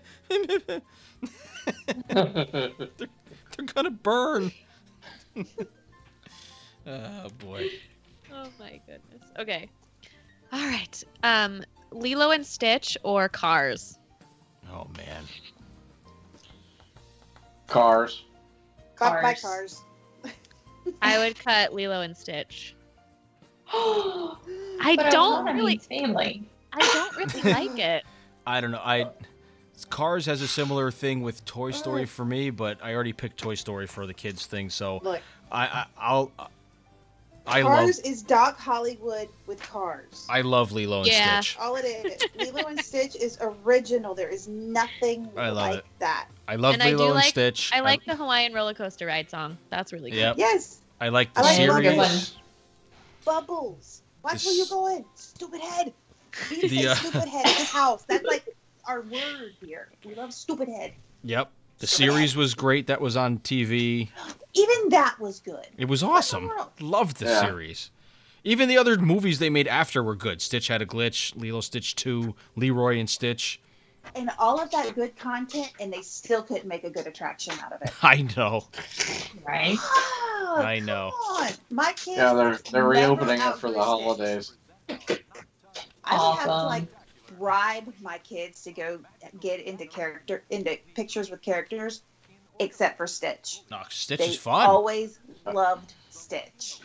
All
gonna burn. oh boy.
Oh my goodness. Okay. All right. Um, Lilo and Stitch or Cars?
Oh man.
Cars.
Caught by
Cars.
cars.
I would cut Lilo and Stitch.
I
I don't really,
family.
I don't really like it.
I don't know. I Cars has a similar thing with Toy Story for me, but I already picked Toy Story for the kids thing, so
Look,
I, I I'll I love
Cars is Doc Hollywood with Cars.
I love Lilo and
Yeah.
Stitch.
All it is. Lilo and Stitch is original. There is nothing
I love
like
it.
that.
I love
And I
Lilo
do
and
like-
Stitch.
I like the Hawaiian roller coaster ride song. That's really cool.
Yep.
Yes,
I like the
I like Lilo.
series.
Bubbles. Watch where
This-
you're going, stupid head. We need to
The,
say
uh,
stupid head in the house. That's like our word here. We love stupid head.
Yep. The series was great. That was on TV.
Even that was good.
It was
What in
awesome.
the world?
Loved the
Yeah.
series. Even the other movies they made after were good. Stitch had a glitch, Lilo Stitch 2, Leroy and Stitch.
And all of that good content, and they still couldn't make a good attraction out of it.
I know.
Right?
Oh,
I know.
Come on. My kids.
Yeah, they're they're
never
reopening it for the
outgrew Stitch.
holidays.
I would have to
Awesome.
like bribe my kids to go get into character into pictures with characters, except for Stitch.
No, Stitch
They
is fun.
always loved Stitch.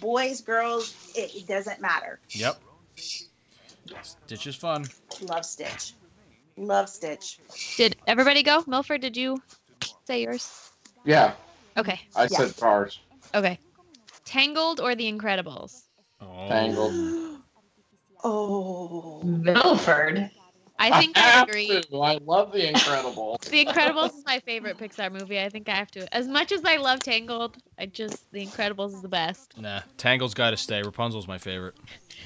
Boys, girls, it, it doesn't matter.
Yep. Stitch is fun.
Love Stitch. Love Stitch.
Did everybody go? Milford, did you say yours?
Yeah,
Okay.
I
Yeah.
said cars.
Okay. Tangled or The Incredibles?
Oh.
Tangled.
Oh.
Milford.
I think I
have
agree.
to. I love the Incredible.
The Incredibles is my favorite Pixar movie. I think I have to. As much as I love Tangled, I just The Incredibles is the best.
Nah, Tangled's got to stay. Rapunzel's my favorite.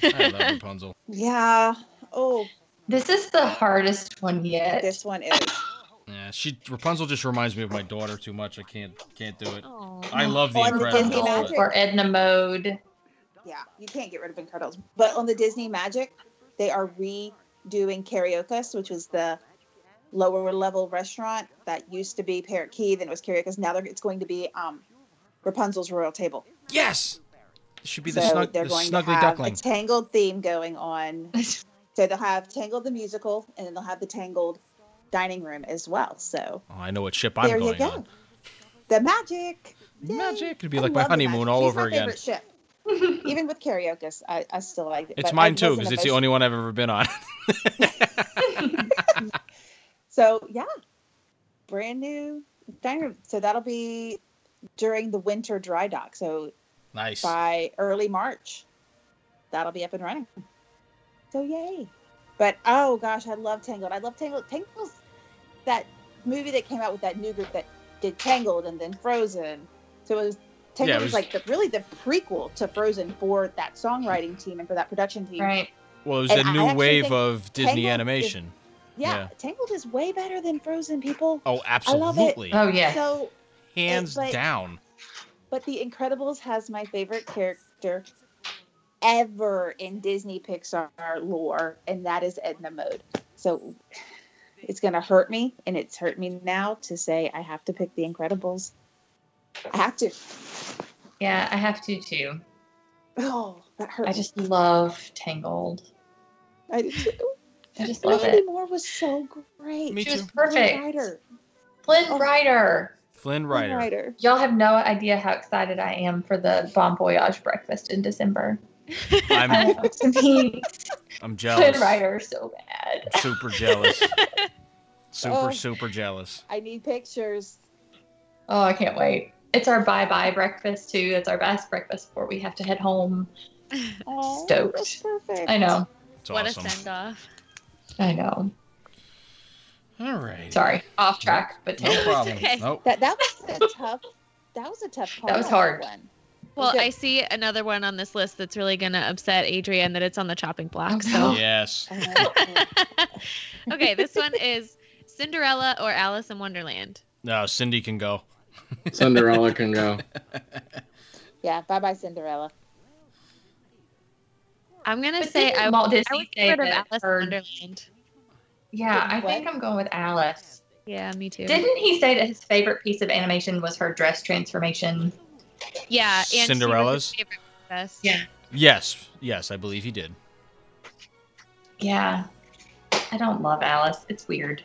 I love Rapunzel.
Yeah, Oh,
This is the hardest one yet.
this one is.
Yeah, she Rapunzel just reminds me of my daughter too much. I can't can't do it.
Oh.
I love the
Or the
Incredibles.
Disney
but-
Magic.
or Edna Mode.
Yeah, you can't get rid of Incredibles. But on the Disney Magic, they are redoing Karaoke's, which was the lower level restaurant that used to be Parrot Key, then it was Karaoke's. Now they're, it's going to be um, Rapunzel's Royal Table.
Yes, it should be the,
so
snug, the
they're going to
snuggly
have
duckling.
a Tangled theme going on. so they'll have Tangled the musical, and then they'll have the Tangled dining room as well. So
oh, I know what ship
there
I'm
you
going
go.
on.
The magic. Yay.
Magic. It'd be
I
like my
love the
honeymoon
magic.
all
She's
over
my
again.
favorite ship. Even with karaoke, I, I still like it.
It's
but I
mine too
wasn't
because it's the
emotion-
only one I've ever been on.
So yeah, brand new dining room. So that'll be during the winter dry dock. So
nice.
by early March, that'll be up and running. So yay! But oh gosh, I love Tangled. I love Tangled. Tangled's that movie that came out with that new group that did Tangled and then Frozen. So it was Tangled
Yeah, it
was,
was-
like the, really the prequel to Frozen for that songwriting team and for that production team.
Right.
Well, it was
And
the
I
new
actually
wave
think
of Disney
Tangled is-
animation.
Yeah,
Yeah.
Tangled is way better than Frozen, people.
Oh,
love it.
absolutely,
Oh yeah.
So,
hands
like-
down.
but The Incredibles has my favorite character ever in Disney Pixar lore, and that is Edna Mode. So it's gonna hurt me, and it's hurt me now to say I have to pick The Incredibles. I have to.
yeah, I have to too.
Oh, that hurt.
I just love Tangled.
I did too.
I just love
Mandy
it.
Moore was so great.
Me
She was
too.
perfect.
Writer, Oh.
Flynn Rider.
Flynn Rider.
writer.
Y'all have no idea how excited I am for the Bon Voyage breakfast in December.
I'm
I want to meet
I'm
Flynn
jealous.
Rider so bad.
I'm super jealous. Super
Oh.
super jealous.
I need pictures.
Oh, I can't wait. It's our bye bye breakfast too. It's our last breakfast before we have to head home.
Oh,
Stoked.
That's perfect.
I know.
It's
What
awesome.
a send off.
I know.
All right.
Sorry, off track, but
No problem.
okay.
Nope.
That that was a tough. That was a tough. Call
was
on
hard.
one.
Well,
Okay.
I see another one on this list that's really going to upset Adrian that it's on the chopping block.
Oh,
So,
no.
Yes.
Uh,
okay, this one is Cinderella or Alice in Wonderland.
No, Cindy can go.
Cinderella can go.
yeah, bye bye Cinderella.
I'm going to
But
say
didn't
I,
Walt
I
Disney
would
say
get rid of
that
Alice in
her-
Wonderland.
Yeah, I
What?
think I'm going with Alice.
Yeah, me too.
Didn't he say that his favorite piece of animation was her dress transformation?
yeah, and she was his
Cinderella's?
favorite princess.
Yeah.
Yes. Yes, I believe he did.
Yeah. I don't love Alice. It's weird.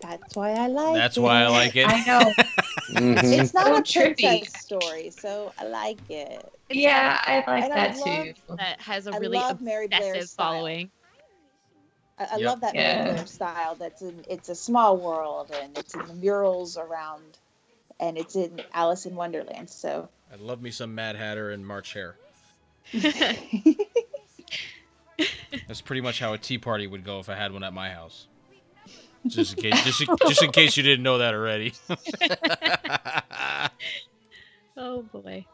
That's why I like.
That's
it.
why I like it.
I know.
Mhm.
It's not a
So trippy.
princess story, so I like it.
yeah, I like
And I
that
love
too.
That has a
I
really
love Mary
obsessive
Blair's style.
following.
I, I
Yep.
love that
Yeah.
Mary Blair style. That's in. It's a small world, and it's in the murals around, and it's in Alice in Wonderland. So
I love me some Mad Hatter and March Hare.
Oh,
That's pretty much how a tea party would go if I had one at my house. Just in case, just, in- just in case you didn't know that already.
oh, boy.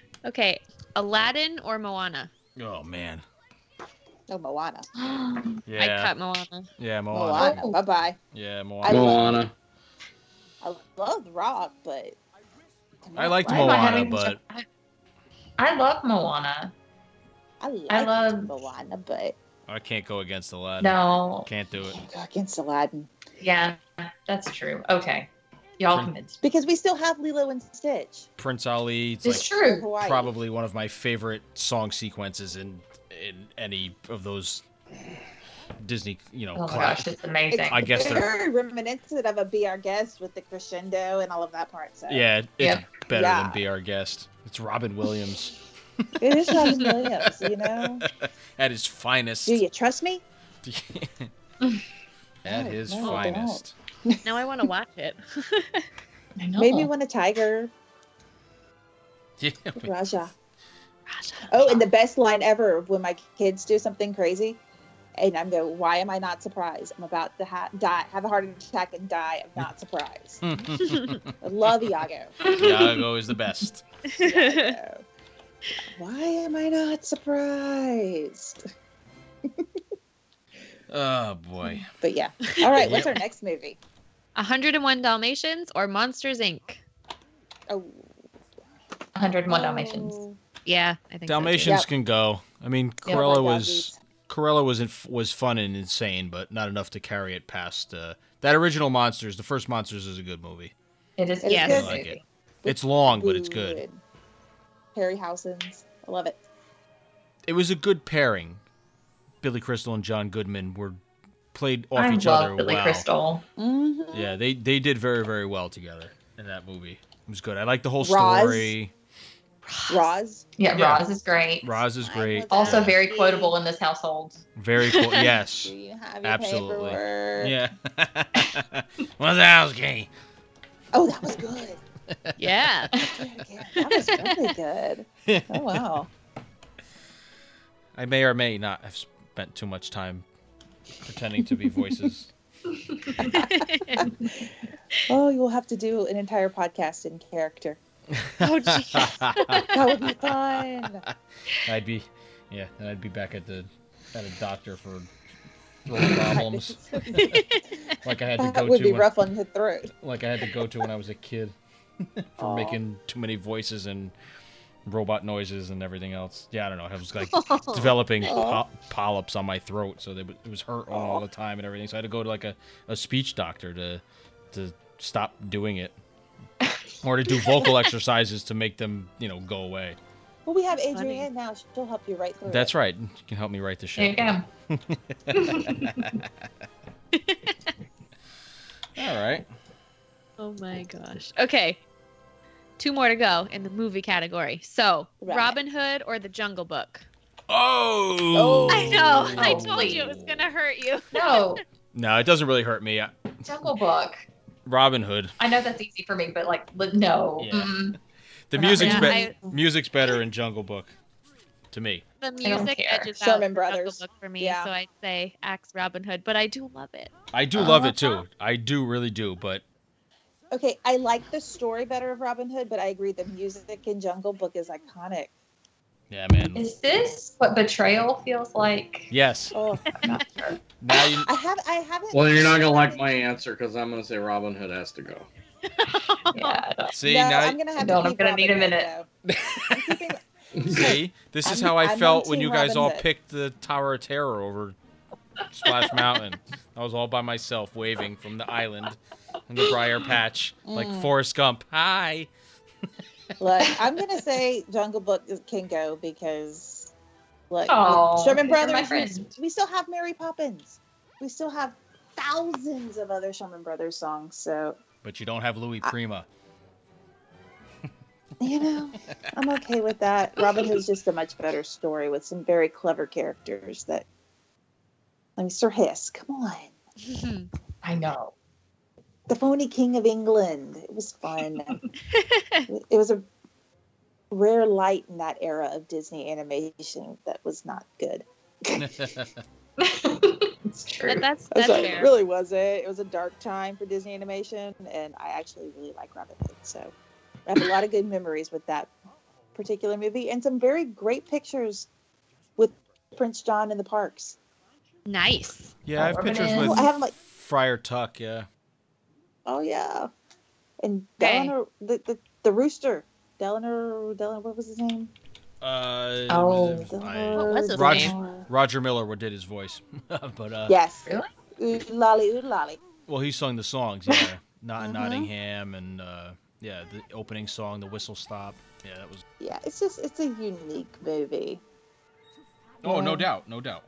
okay, Aladdin or Moana?
oh man,
no Moana.
I'd
yeah,
cut Moana.
yeah, Moana,
Moana.
Oh.
Bye bye.
yeah,
I
Moana.
love-
Moana.
I love Rock, but
I liked
Why am I
Moana,
having
but-
such- I love Moana.
I, like
I love-
Moana, but
I can't go against Aladdin.
No.
Can't do it.
can't go against Aladdin
Yeah, that's true. Okay. Y'all
Prin-
convinced. me.
because we still have Lilo and Stitch.
Prince Ali, it's
It's
like
true.
Hawaii.
probably one of my favorite song sequences in in any of those Disney, you know,
Oh my
classic-
gosh, it's amazing.
I guess they're-
very reminiscent of a Be Our Guest with the crescendo and all of that part. So
Yeah, it's
Yeah.
better
Yeah.
than Be Our Guest. It's Robin Williams
it is Robin Williams, you know.
at his finest.
Do you trust me?
at
No,
his
no, I don't.
finest.
Now I want to watch it.
I know.
Maybe when a tiger,
Yeah,
Raja. Oh, and the best line ever of when my kids do something crazy, and I'm go, why am I not surprised? I'm about to ha- die, have a heart attack and die. I'm not surprised. I love Iago.
Iago is the best.
Iago. Why am I not surprised?
Oh boy.
But yeah. All right, what's
Yep.
our next movie?
101 Dalmatians or Monsters Inc.
Oh,
101 Dalmatians.
oh,
Yeah, I think
Dalmatians
Yep.
can go. I mean,
yeah,
Cruella
my
was Cruella was inf- was fun and insane, but not enough to carry it past uh, that original Monsters. The first Monsters is a good movie.
It is
doggies. It's a
Yes.
I
good
like it.
movie.
It's long, but it's good.
And Harry Housen's. I love it.
It was a good pairing. Billy Crystal and John Goodman were played off
I
each other
love Billy
well.
Crystal.
Mm-hmm.
Yeah, they they did very very well together in that movie. It was good. I like the whole
Roz.
story.
Roz.
Yeah,
Yeah.
Roz is great.
Roz is great.
Also
Yeah.
very quotable in this household.
very cool. Yes.
Do you have your
Absolutely.
paperwork?
Yeah. Wazowski.
Oh, that was good.
that's it. Yeah.
Yeah, that was really good. Oh wow.
I may or may not have spent too much time pretending to be voices.
Oh, you'll have to do an entire podcast in character.
oh, jeez.
That would be fun.
I'd be, yeah, and I'd be back at the at a doctor for throat problems, like I had to
that
go
would
to
be
when,
rough on the throat.
like I had to go to when I was a kid for
Aw.
making too many voices and robot noises and everything else. Yeah, I don't know. I was like developing
Aw.
po- polyps on my throat, so they, w- it was hurt all the time and everything. So I had to go to like a, a speech doctor to to stop doing it. or to do vocal exercises to make them, you know, go away.
Well, we have
Funny.
Adrienne now. She'll help you right through.
That's
it.
right. You can help me write the
There you
shit.
go.
All right.
Oh my gosh. Okay. Two more to go in the movie category. So,
Right.
Robin Hood or The Jungle Book?
Oh.
Oh.
I know. I
Oh.
told you it was going to hurt you.
No,
No, it doesn't really hurt me. I-
Jungle Book.
Robin Hood.
I know that's easy for me, but like, li- no.
Yeah.
Mm-mm.
The
Yeah,
music's be-
I-
music's better in Jungle Book to me.
The
don't
music
care.
edges out
Sherman
The
Brothers.
Jungle Book for me,
Yeah.
so I'd say Axe Robin Hood, but I do love it.
I do love it too. I do really do, but
Okay, I like the story better of Robin Hood, but I agree the music in Jungle Book is iconic.
yeah, man.
Is this what betrayal feels like?
Yes.
Oh,
I'm not sure.
Now you
I have. I haven't.
Well, you're not gonna like my answer because I'm gonna say Robin Hood has to go.
Yeah, I don't-
see
no,
now
I'm gonna have
Don't,
to
I'm
keep
gonna
Robin
need a
Hood,
minute.
though. I'm keeping-
see this is
I'm-
how I
I'm on
felt when
Team
you guys
Robin
all
Hood.
picked the Tower of Terror over Splash Mountain. I was all by myself waving from the island in the briar patch like
Mm.
Forrest Gump. Hi.
Look, I'm gonna say Jungle Book is- can go because look,
Aw,
Sherman
you're my
Brothers. We,
friend.
we still have Mary Poppins. We still have thousands of other Sherman Brothers songs. So
But you don't have Louis Prima.
you know, I'm okay with that. Robin Hood's just a much better story with some very clever characters. That I mean, Sir Hiss. Come on,
I know.
the phony king of England. It was fun. it was a rare light in that era of Disney animation that was not good.
it's true.
But that's
I'm
that's
sorry,
fair.
it really was it. It was a dark time for Disney animation, and I actually really like Robin Hood. So I have a lot of good memories with that particular movie, and some very great pictures with Prince John in the parks.
Nice.
Yeah, I have
Oh,
pictures
Robin
with
Hood. I have, like-
Friar Tuck. Yeah,
Oh yeah, and
Okay.
Delano, the, the the rooster, Delano, Delano, what was his name?
uh,
Oh.
was it- I-
Delano-
was his
Roger-
Delano.
Roger Miller what did his voice, but uh,
Yes.
Really?
Oodlolly, oodlolly.
well, he sung the songs. Yeah, not in
Mhm.
Nottingham and uh, yeah, the opening song, the whistle stop. Yeah, that was.
Yeah, it's just it's a unique movie.
Oh, no
Yeah.
doubt, no doubt.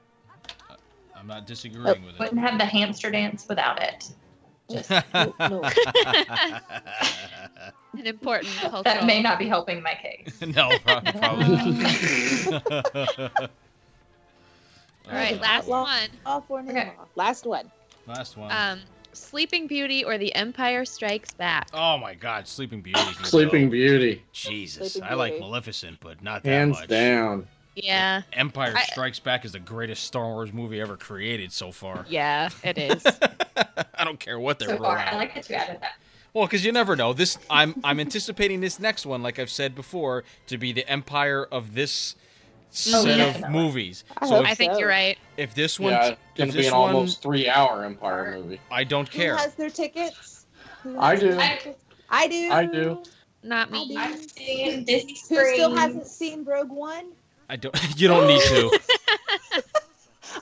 Uh, I'm not disagreeing with it.
Oh,
Wouldn't have the hamster dance without it.
Just, no, no.
An important cultural.
That may not be helping my case.
no, prob- probably not.
All right,
Uh,
last one.
All four in a
Okay.
row. Last one.
last one.
Um, Sleeping Beauty or The Empire Strikes Back.
oh my God, Sleeping Beauty. can go.
Sleeping Beauty,
Jesus,
Sleeping
I like
Beauty.
Maleficent, but not that
hands
much.
down.
Yeah.
Empire
I-
Strikes Back is the greatest Star Wars movie ever created so far.
Yeah, it is.
I don't care what they're
So
rolling
far, I
out.
like that you added that.
Well, because you never know. This I'm I'm anticipating this next one, like I've said before, to be the empire of this set
yeah.
of movies.
I
so
hope
if,
I
so.
think you're right.
if this one,
Yeah, it's
if
gonna be
this
an
one,
almost three-hour Empire movie.
I don't
Who
care.
has their tickets? Who
I
has-
do.
I,
I do.
I do.
Not
I
me.
do.
I'm seeing Disney
Who still
Springs.
hasn't seen Rogue One?
I don't. You don't need to.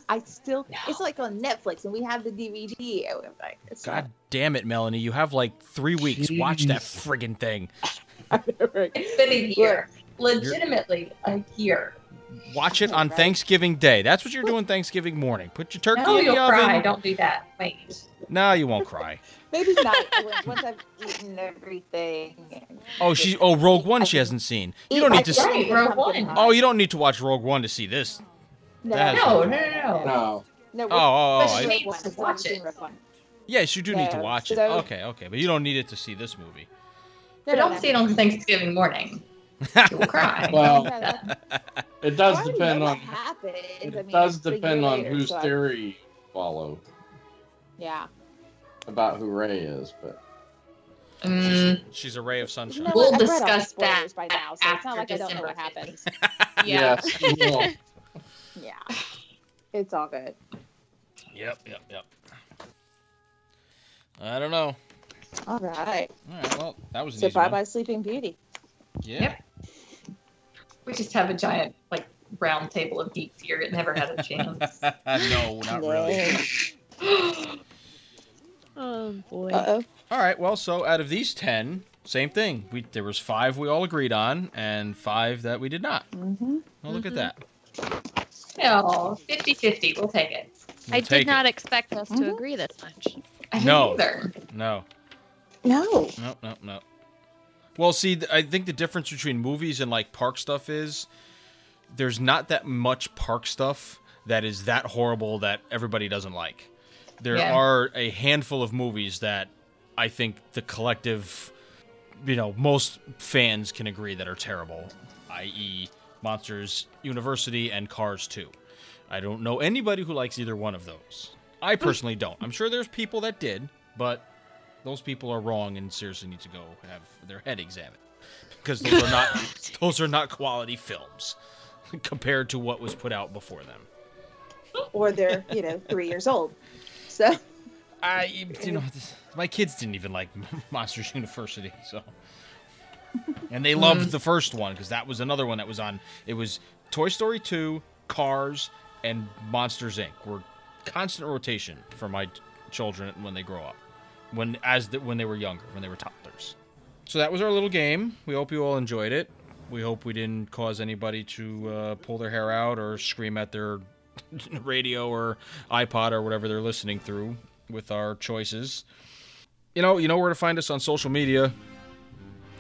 I still.
No.
It's like on Netflix, and we have the DVD. I was like, it's
God damn it, Melanie! You have like three weeks. Watch that friggin' thing.
not- right.
It's been a year. Legitimately a year.
Watch it on
Right.
Thanksgiving Day. That's what you're doing Thanksgiving morning. Put your turkey
No,
in the
you'll
oven.
cry. Don't do that. Wait.
No, you won't cry.
Maybe not. once- Once I've eaten everything.
Oh, she. Oh, Rogue One.
I
She
can
hasn't seen. You don't need to.
can-
s-
Right, Rogue One.
Oh, you don't need to watch Rogue One to see this.
no,
that is-
No, no, no, no.
No,
no.
Oh, oh, oh,
I-
especially Rogue One.
Watch
Watch
it.
it. Rogue One.
Yes, you do need to
No,
watch it.
so-
Okay, okay, but you don't need it to see this movie.
No,
But
no,
don't
no.
see it on Thanksgiving morning. You'll cry.
Well,
No, no.
it does
Well, I already
depend
know what
on.
happens. I
It
mean,
does
it's a year
depend on
later,
whose
so I-
theory you follow
Yeah.
about who Ray is, but
Mm,
She's a ray of
You
sunshine.
know
We'll
what? I've read all the
discuss that
spoilers by now, so it's not
after
like I don't know
December
what happens.
Yeah.
yes, you will.
yeah. It's all good.
Yep, yep, yep. I don't know.
All right.
All right, well, that was an
So
easy
bye
one.
bye Sleeping Beauty.
Yeah.
Yep. we just have a giant like round table of geeks here. It never had a chance.
no, not really.
Oh boy.
Uh oh.
All right, well, so out of these ten, same thing. We there was five we all agreed on, and five that we did not.
Mm-hmm.
Well, look
Mhm.
at that.
no, 50-50. We'll take it.
We'll
I did
take
not expect us to
Mhm.
agree this much.
I didn't
No.
either.
It. No,
No.
no, no, no. Well, see, th- I think the difference between movies and like park stuff is there's not that much park stuff that is that horrible that everybody doesn't like. There
Yeah.
are a handful of movies that I think the collective, you know, most fans can agree that are terrible, i.e., Monsters University and Cars 2. I don't know anybody who likes either one of those. I personally don't. I'm sure there's people that did, but those people are wrong and seriously need to go have their head examined because those are not those are not quality films compared to what was put out before them.
Or they're, you know, three years old. So
I you know my kids didn't even like Monsters University, so and they loved the first one because that was another one that was on. It was Toy Story two, Cars, and Monsters Inc. were constant rotation for my children when they grow up, when as the, when they were younger, when they were toddlers. So that was our little game. We hope you all enjoyed it. We hope we didn't cause anybody to uh, pull their hair out or scream at their radio or iPod or whatever they're listening through with our choices. You know, you know where to find us on social media.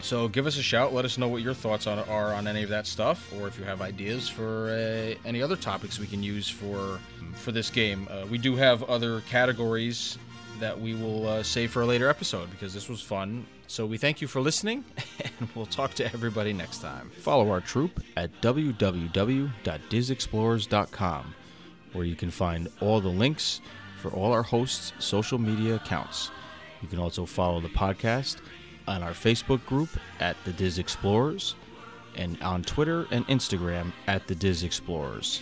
So give us a shout. Let us know what your thoughts on, are on any of that stuff, or if you have ideas for uh, any other topics we can use for for this game. Uh, we do have other categories that we will uh, save for a later episode because this was fun. So we thank you for listening, and we'll talk to everybody next time. Follow our troop at www.disexplorers.com, where you can find all the links for all our hosts' social media accounts. You can also follow the podcast on our Facebook group at the Diz Explorers and on Twitter and Instagram at the Diz Explorers.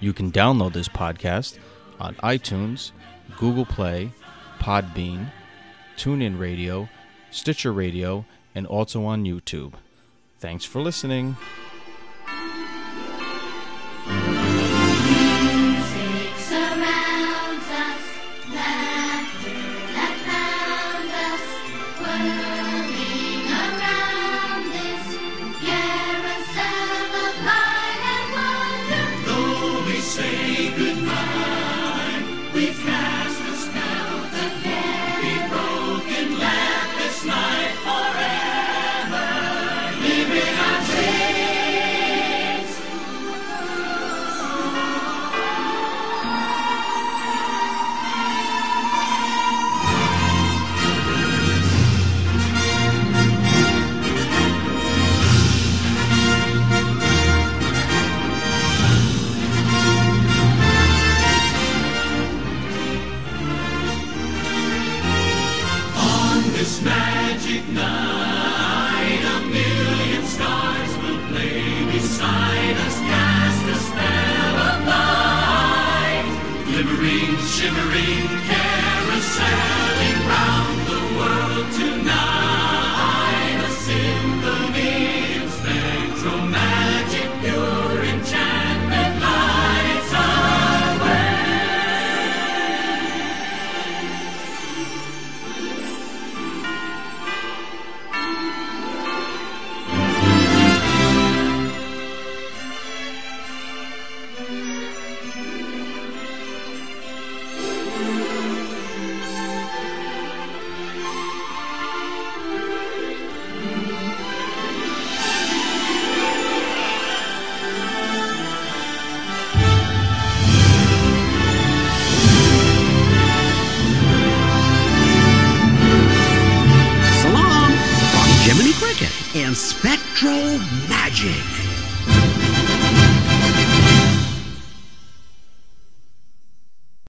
You can download this podcast on iTunes, Google Play, Podbean, TuneIn Radio, Stitcher Radio, and also on YouTube. Thanks for listening.
Music surrounds us, laughter that found us, whirling around this carousel of light and wonder.
Though we say goodbye, we've cast a spell that won't be broken. Let this night forever be behind us. this magic night. A million stars will play beside us, cast a spell of light. Glimmering, shimmering, carouseling round the world tonight. A symphony of spectral magic, pure enchantment lights our
So long from Jiminy Cricket and Spectral Magic.